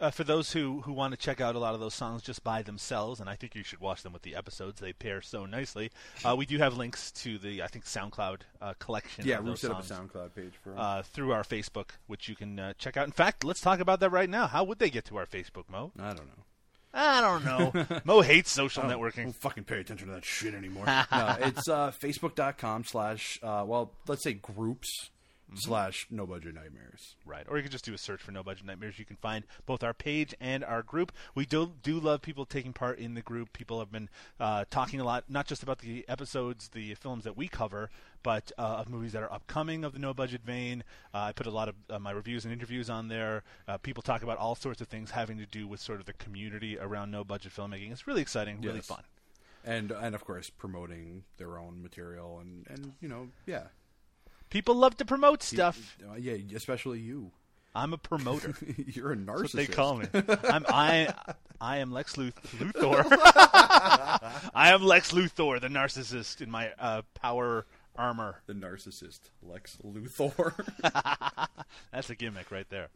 Uh, for those who, who want to check out a lot of those songs just by themselves, and I think you should watch them with the episodes; they pair so nicely. Uh, we do have links to the I think SoundCloud uh, collection.
Yeah,
of
we
those
set up a
songs,
SoundCloud page for 'em.
uh, through our Facebook, which you can uh, check out. In fact, let's talk about that right now. How would they get to our Facebook, Mo?
I don't know.
I don't know. Mo hates social
I don't-
networking.
Don't fucking pay attention to that shit anymore. no, it's uh, facebook.com slash, uh, well, let's say groups
Mm-hmm.
slash no budget nightmares.
Right. Or you can just do a search for No Budget Nightmares. You can find both our page and our group. We do do love people taking part in the group. People have been uh, talking a lot, not just about the episodes, the films that we cover, but uh, of movies that are upcoming of the No Budget vein. Uh, I put a lot of uh, my reviews and interviews on there. Uh, people talk about all sorts of things having to do with sort of the community around no budget filmmaking. It's really exciting, really
Yes.
fun.
And, and of course, promoting their own material and, and you know, yeah. Uh,
People love to promote stuff.
Yeah, especially you.
I'm a promoter.
You're a narcissist.
That's what they call me. I'm I I am Lex Luth- Luthor. I am Lex Luthor, the narcissist in my uh, power armor.
The narcissist, Lex Luthor.
That's a gimmick right there.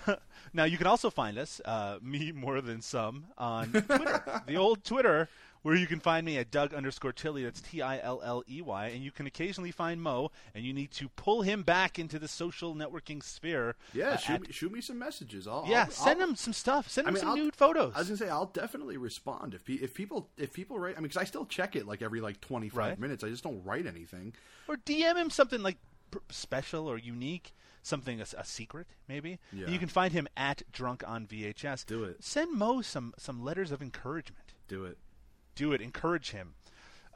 now you can also find us, uh, me more than some, on Twitter, the old Twitter, where you can find me at Doug underscore Tilly. That's T I L L E Y, and you can occasionally find Mo, and you need to pull him back into the social networking sphere.
Yeah,
uh,
shoot,
at-
me, shoot me some messages. I'll,
yeah,
I'll-
send
I'll-
him some stuff. Send him some
I'll-
nude photos.
I was gonna say I'll definitely respond if pe- if people if people write. I mean, because I still check it like every like twenty five
Right.
minutes. I just don't write anything.
or DM him something like pr- special or unique, something a, s- a secret maybe.
Yeah.
You can find him at drunk on VHS.
Do it.
Send Mo some some letters of encouragement.
Do it.
Do it. Encourage him.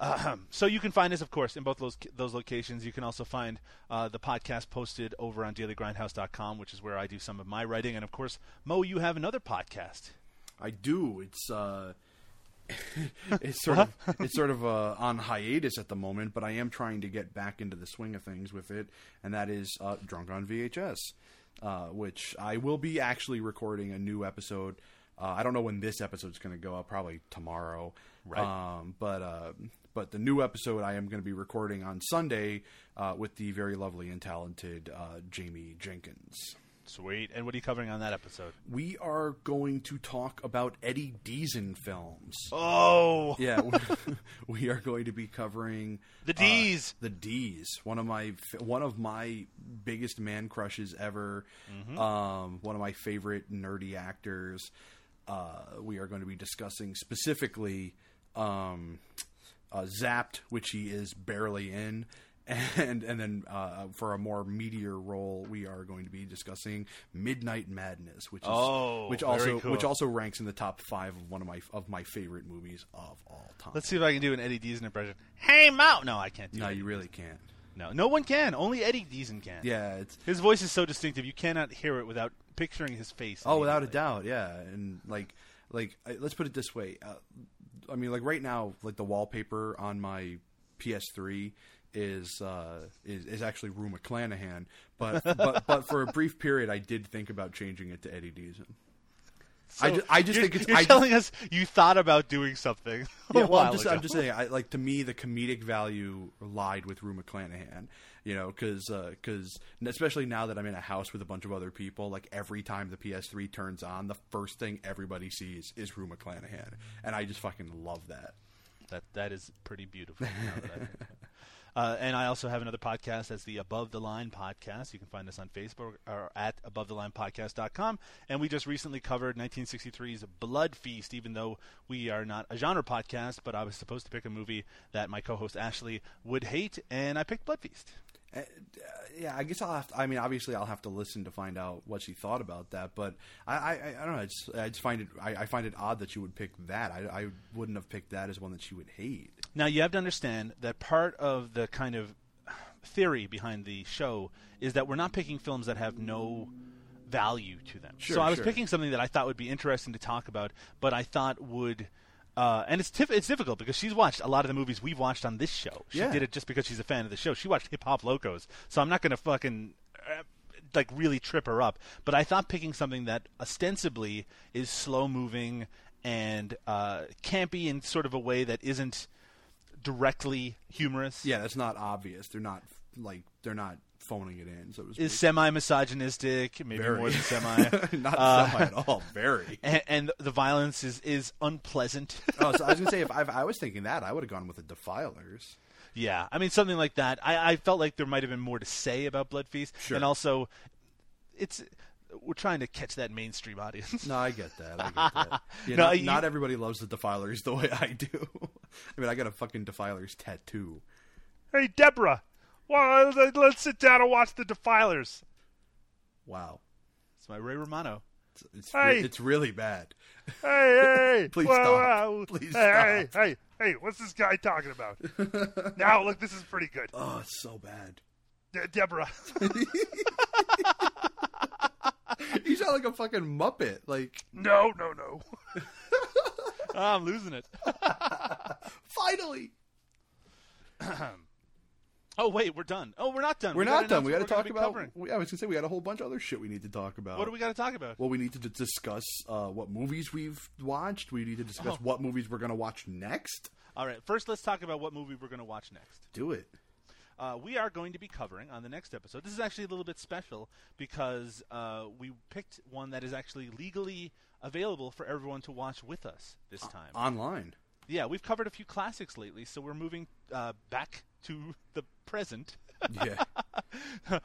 Ahem. so you can find us, of course, in both those those locations. You can also find uh, the podcast posted over on DailyGrindhouse.com, which is where I do some of my writing. And of course, Mo, you have another podcast.
I do. It's uh, it's sort of it's sort of uh, on hiatus at the moment, but I am trying to get back into the swing of things with it, and that is uh, Drunk on VHS, uh, which I will be actually recording a new episode. Uh, I don't know when this episode's going to go up, probably tomorrow.
Right.
Um, but uh, but the new episode I am going to be recording on Sunday uh, with the very lovely and talented uh, Jamie Jenkins.
Sweet. And what are you covering on that episode?
We are going to talk about Eddie Deason films.
Oh.
yeah, we, we are going to be covering
The
uh,
D's.
the D's. One of my f- one of my biggest man crushes ever.
Mhm.
Um, one of my favorite nerdy actors. Uh, we are going to be discussing specifically um, uh, Zapped, which he is barely in. And and then uh, for a more meteor role, we are going to be discussing Midnight Madness, which is
Oh,
which
very
also
cool.
which also ranks in the top five of one of my of my favorite movies of all time.
Let's see if I can do an Eddie Deason impression. Hey, Mo. No, I can't do.
No,
Eddie
you really
Deason.
can't.
No, no one can. Only Eddie Deason can.
Yeah, it's
His voice is so distinctive; you cannot hear it without picturing his face.
oh, without a doubt, yeah, and like like I- let's put it this way. Uh, I mean, like right now, like the wallpaper on my PS3 is uh is, is actually Rue McClanahan, but but but for a brief period, I did think about changing it to Eddie Deason. I
So
just, I just
you're-
think it's
you're
I,
telling us you thought about doing something. a
Yeah, well, I'm
while
just,
ago.
I'm just saying, I, like to me, the comedic value lied with Rue McClanahan, you know, because especially now that I'm in a house with a bunch of other people, like every time the PS3 turns on, the first thing everybody sees is Rue McClanahan, and I just fucking love that.
that that is pretty beautiful. now that I think about it. Uh, and I also have another podcast that's the Above the Line podcast. You can find us on Facebook or at abovethe-line-podcast.com. And we just recently covered 1963's Blood Feast, even though we are not a genre podcast, but I was supposed to pick a movie that my co-host Ashley would hate, and I picked Blood Feast.
Uh, yeah, I guess I'll have. To, I mean, obviously, I'll have to listen to find out what she thought about that. But I, I, I- I don't know. I just, I just find it. I, I find it odd that you would pick that. I, I wouldn't have picked that as one that she would hate.
Now you have to understand that part of the kind of theory behind the show is that we're not picking films that have no value to them.
Sure,
so I was
sure.
picking something that I thought would be interesting to talk about, but I thought would. Uh, and it's tif- it's difficult because she's watched a lot of the movies we've watched on this show. She
Yeah.
did it just because she's a fan of the show. She watched Hip Hop Locos, so I'm not going to fucking uh, like really trip her up. But I thought picking something that ostensibly is slow moving and uh, campy in sort of a way that isn't directly humorous
Yeah, that's not obvious. They're not like they're not phoning it in. So it was
is semi misogynistic, maybe
Very.
more than semi,
Not semi at all, very.
And, and the violence is is unpleasant.
oh, so I was gonna say if I, I was thinking that, I would have gone with the defilers.
yeah, I mean something like that. I, I felt like there might have been more to say about Blood Feast,
Sure.
and also it's we're trying to catch that mainstream audience.
No, I get that. I get that. Yeah,
No,
not,
you-
not everybody loves the defilers the way I do. I mean, I got a fucking defilers tattoo.
Hey, Deborah,
uh,
well, let's sit down and watch the Defilers.
Wow,
It's my Ray Romano.
it's re-
Hey.
it's really bad.
Hey, hey!
Please
Whoa,
stop.
whoa.
Please
hey,
stop.
Hey, hey, hey! What's this guy talking about? now, look, this is pretty good.
Oh, it's so bad.
De- Deborah.
You sound like a fucking muppet. Like
no, no, no.
Ah, I'm losing it.
Finally.
Oh wait, we're done. Oh, we're not done.
We're
We
not
gotta
done. We got
announce
to talk
what we're gonna be
about.
covering.
we- I was gonna say we got a whole bunch of other shit we need to talk about.
What do we got to talk about?
Well, we need to d- discuss uh, what movies we've watched. We need to discuss
Oh.
what movies we're gonna watch next.
All right, first let's talk about what movie we're going to watch next.
Do it.
Uh, we are going to be covering on the next episode. This is actually a little bit special because uh, we picked one that is actually legally available for everyone to watch with us
Uh,
this time.
online.
Yeah, we've covered a few classics lately, so we're moving uh, back to the present.
Yeah.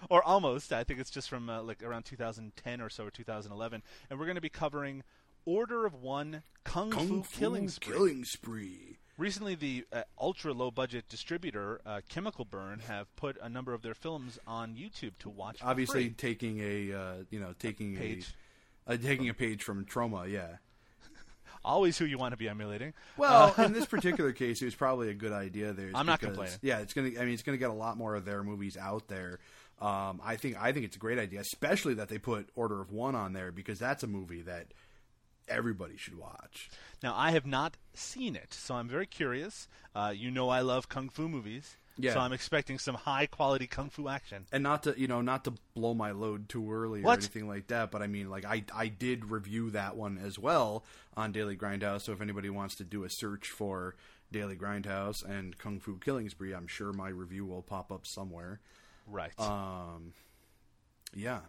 or almost. I think it's just from uh, like around 2010 or so, or 2011, and we're going to be covering Order of One Kung, Fu, Killing Spree.
Killing Spree.
Recently, the uh, ultra low budget distributor uh, Chemical Burn have put a number of their films on YouTube to watch. for
Obviously,
free.
taking a uh, you know taking a,
Page.
uh, taking a page from Trauma. Yeah.
always who you want to be emulating.
Well,
Uh,
in this particular case, it was probably a good idea. There,
I'm not
because-
complaining.
Yeah, it's gonna. I mean, it's gonna get a lot more of their movies out there. Um, I think I think it's a great idea, especially that they put Order of One on there because that's a movie that everybody should watch.
Now, I have not seen it, so I'm very curious. Uh, you know, I love kung fu movies,
Yeah.
so I'm expecting some high quality kung fu action.
And not to you know not to blow my load too early or
What?
anything like that, but I mean like I I did review that one as well on Daily Grindhouse. So if anybody wants to do a search for Daily Grindhouse and Kung Fu Killing Spree, I'm sure my review will pop up somewhere.
Right.
Um, yeah,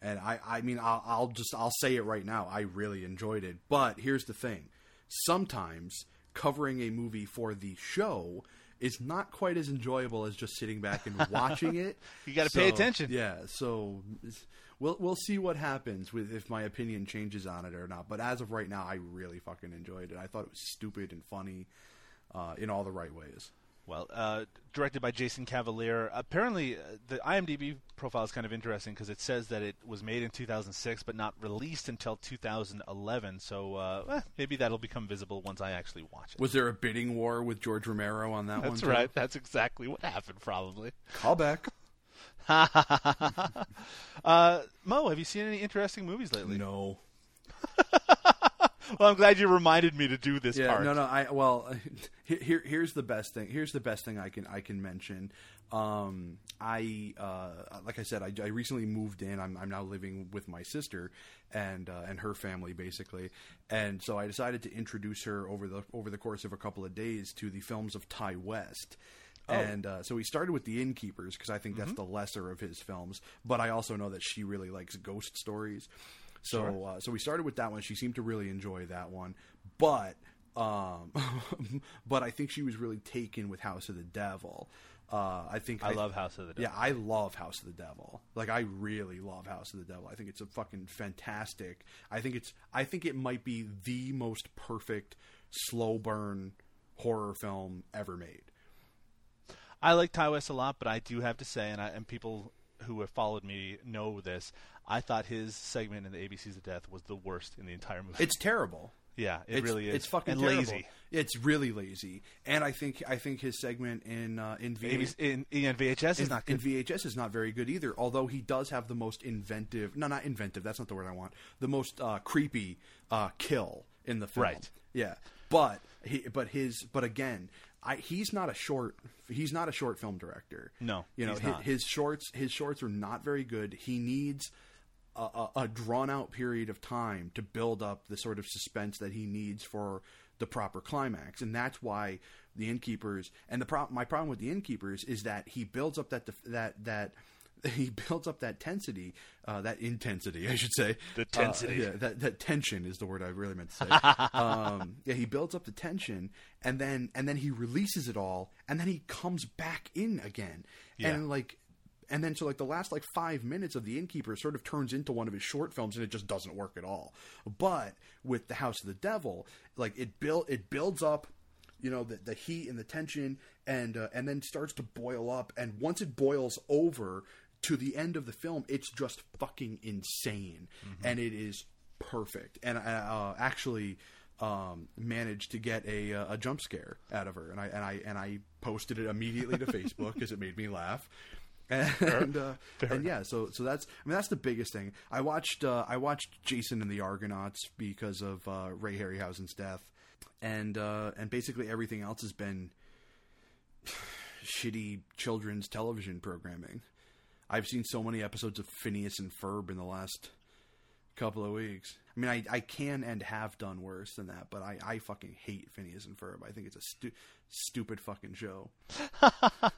and I I mean I'll, I'll just I'll say it right now. I really enjoyed it, but here's the thing: sometimes covering a movie for the show is not quite as enjoyable as just sitting back and watching it.
You gotta pay attention.
Yeah, so it's- we'll we'll see what happens with if my opinion changes on it or not. But as of right now, I really fucking enjoyed it. I thought it was stupid and funny uh, in all the right ways.
Well, uh, directed by Jason Cavalier. Apparently, uh, the IMDb profile is kind of interesting because it says that it was made in 2006 but not released until 2011. So uh, eh, maybe that'll become visible once I actually watch it.
Was there a bidding war with George Romero on that one?
That's
too?
right. That's exactly what happened, probably.
Callback.
uh, Mo, have you seen any interesting movies lately?
No.
well, I'm glad you reminded me to do this
yeah,
part.
No, no. I well, here- here here's the best thing. Here's the best thing I can I can mention. Um, I uh, like I said, I, I recently moved in. I'm I'm now living with my sister and uh, and her family basically. And so I decided to introduce her over the over the course of a couple of days to the films of Ty West.
Oh.
And uh, so we started with The Innkeepers because I think that's
Mhm.
the lesser of his films. But I also know that she really likes ghost stories. So
Sure.
uh, so we started with that one. She seemed to really enjoy that one, but um, but I think she was really taken with House of the Devil. Uh, I think
I love House of the Devil.
Yeah, I love House of the Devil. Like I really love House of the Devil. I think it's a fucking fantastic. I think it's. I think it might be the most perfect slow burn horror film ever made.
I like Ty West a lot, but I do have to say, and, I, and people who have followed me know this, I thought his segment in the ABCs of Death was the worst in the entire movie.
It's terrible.
Yeah, it
it's,
really is.
It's fucking
And
terrible.
lazy.
It's really lazy. And I think I think his segment in uh, in, v-
ABC in- in VHS is
in-
not
in
good.
VHS is not very good either. Although he does have the most inventive, no, not inventive. That's not the word I want. The most uh, creepy uh, kill in the film.
Right.
Yeah. But he, but his, but again, I, he's not a short. He's not a short film director.
No,
You know
he's
hi-
not.
his shorts. His shorts are not very good. He needs a, a, a drawn out period of time to build up the sort of suspense that he needs for the proper climax, and that's why the innkeepers and the pro- my problem with the innkeepers is that he builds up that def- that that. He builds up that tensity, uh, that intensity, I should say.
The
Uh,
tensity.
yeah, that, that tension is the word I really meant to say. um, yeah, he builds up the tension, and then and then he releases it all, and then he comes back in again,
Yeah.
and like and then so like the last like five minutes of the innkeeper sort of turns into one of his short films and it just doesn't work at all but with the house of the devil like it build it builds up you know the, the heat and the tension and uh, and then starts to boil up and once it boils over to the end of the film it's just fucking insane and it is perfect and i uh, actually um, managed to get a uh, a jump scare out of her and i and i and i posted it immediately to facebook because it made me laugh and uh, and yeah, so so that's I mean that's the biggest thing. I watched uh, I watched Jason and the Argonauts because of uh, Ray Harryhausen's death, and uh, and basically everything else has been shitty children's television programming. I've seen so many episodes of Phineas and Ferb in the last couple of weeks. I mean, I, I can and have done worse than that, but I, I fucking hate Phineas and Ferb. I think it's a stu- stupid fucking show.
Uh,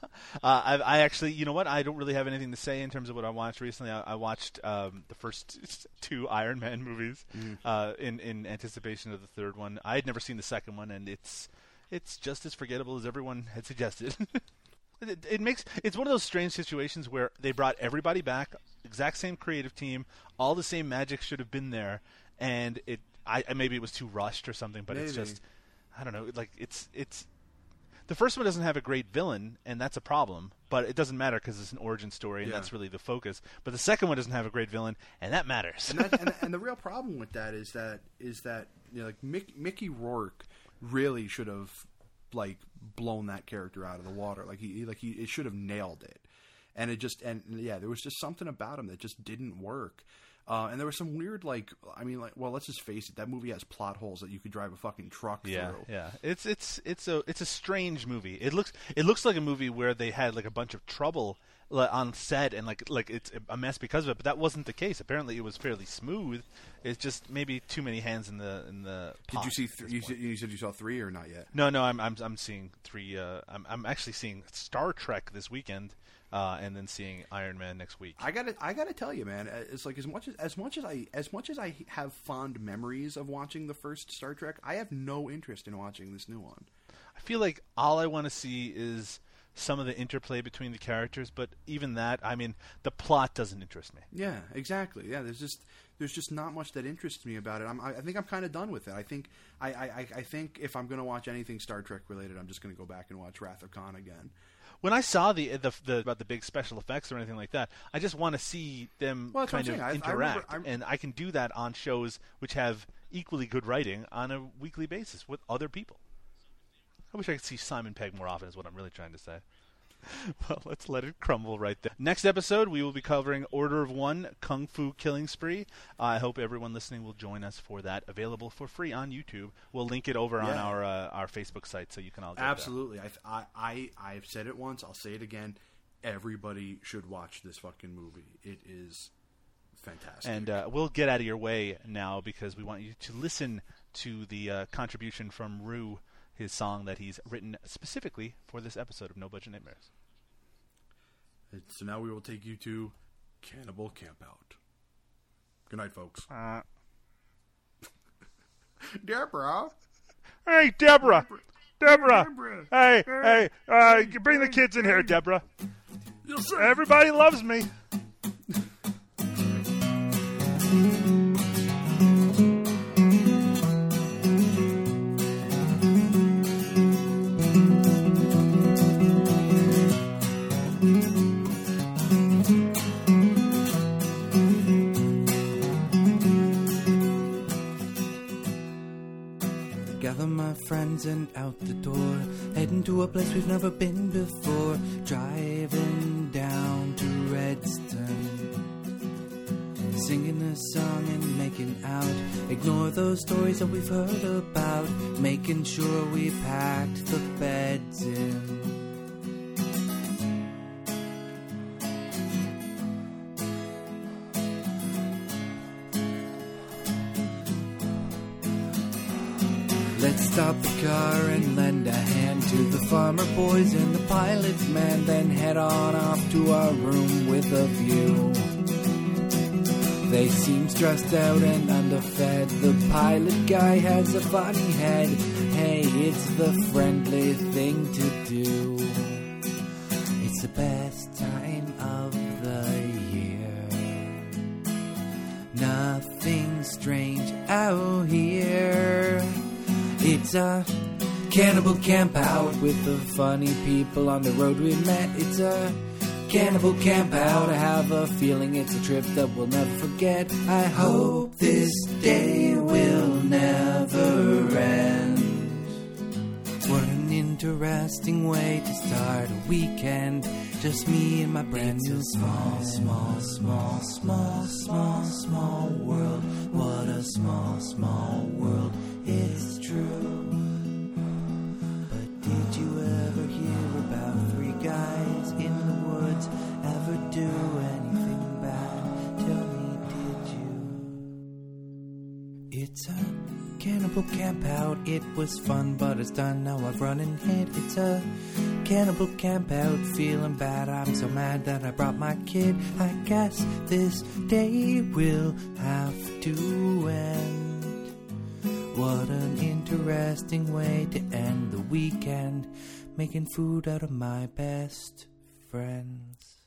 I, I actually, you know what? I don't really have anything to say in terms of what I watched recently. I, I watched um, the first two Iron Man movies
Mhm.
uh, in in anticipation of the third one. I had never seen the second one, and it's it's just as forgettable as everyone had suggested. it, it makes it's one of those strange situations where they brought everybody back, exact same creative team, all the same magic should have been there, and it. I I- maybe it was too rushed or something, but it's
Maybe.
just I don't know. Like it's it's the first one doesn't have a great villain, and that's a problem. But it doesn't matter because it's an origin story, and
Yeah.
that's really the focus. But the second one doesn't have a great villain, and that matters.
and, that, and, and the real problem with that is that is that you know, like Mick, Mickey Rourke really should have like blown that character out of the water. Like he he- like he it should have nailed it. And it just and and, yeah, there was just something about him that just didn't work. Uh, and there was some weird like I mean like well let's just face it that movie has plot holes that you could drive a fucking truck
yeah,
through.
yeah. It's it's it's a it's a strange movie. It looks it looks like a movie where they had like a bunch of trouble like, on set, and like like it's a mess because of it. But that wasn't the case. Apparently, it was fairly smooth. It's just maybe too many hands in the in the.
Did
pot.
you see th- you, said, you said you saw three or not yet?
No, no, I'm I'm I'm seeing three. Uh, I'm I'm actually seeing Star Trek this weekend, uh, and then seeing Iron Man next week.
I gotta, I gotta tell you, man. uh, It's like as much as as much as I as much as I have fond memories of watching the first Star Trek, I have no interest in watching this new one.
I feel like all I want to see is some of the interplay between the characters, but even that, I mean, the plot doesn't interest me.
Yeah, exactly. Yeah, there's just there's just not much that interests me about it. I'm, I, I think I'm kind of done with it. I think I, I, I- I think if I'm gonna watch anything Star Trek related, I'm just gonna go back and watch Wrath of Khan again.
When I saw the, the the about the big special effects or anything like that, I just want to see them
Well, that's what
kind
I'm
of
saying. I- I remember-
interact, and I can do that on shows which have equally good writing on a weekly basis with other people. I wish I could see Simon Pegg more often. Is what I'm really trying to say. Well, let's let it crumble right there. Next episode, we will be covering Order of One Kung Fu Killing Spree. I hope everyone listening will join us for that. Available for free on YouTube. We'll link it over on
Yeah.
our uh, our Facebook site so you can all get there.
Absolutely. I, I, I, I've said it once. I'll say it again. Everybody should watch this fucking movie. It is fantastic.
And uh, we'll get out of your way now because we want you to listen to the uh, contribution from Rue, his song that he's written specifically for this episode of No Budget Nightmares.
And So now we will take you to Cannibal Campout. Good night, folks. Deborah.
Hey, Deborah. Deborah.
Deborah.
Hey, hey, uh, you bring the kids in here, Deborah. Everybody loves me.
Gather my friends and out the door. Heading to a place we've never been before. Driving down to Redstone. Singing a song and making out. Ignore those stories that we've heard about. Making sure we packed the beds in. Let's stop the car and lend a hand to the farmer boys and the pilot's man, then head on off to our room with a view. They seem stressed out and underfed. The pilot guy has a funny head. Hey, it's the friendly thing to do. It's the best time of the year. Nothing strange out here. It's a cannibal camp out with the funny people on the road we met. It's a cannibal camp out. I have a feeling it's a trip that we'll never forget. I hope this day will never end. What an interesting way to start a weekend. Just me and my brand new small, small, small, small, small, small world. What a small, small world. It's true. But did you ever hear about three guys? cannibal camp out. It was fun, but it's done. Now I've run in head. It's a cannibal camp out. Feeling bad. I'm so mad that I brought my kid. I guess this day will have to end. What an interesting way to end the weekend. Making food out of my best friends.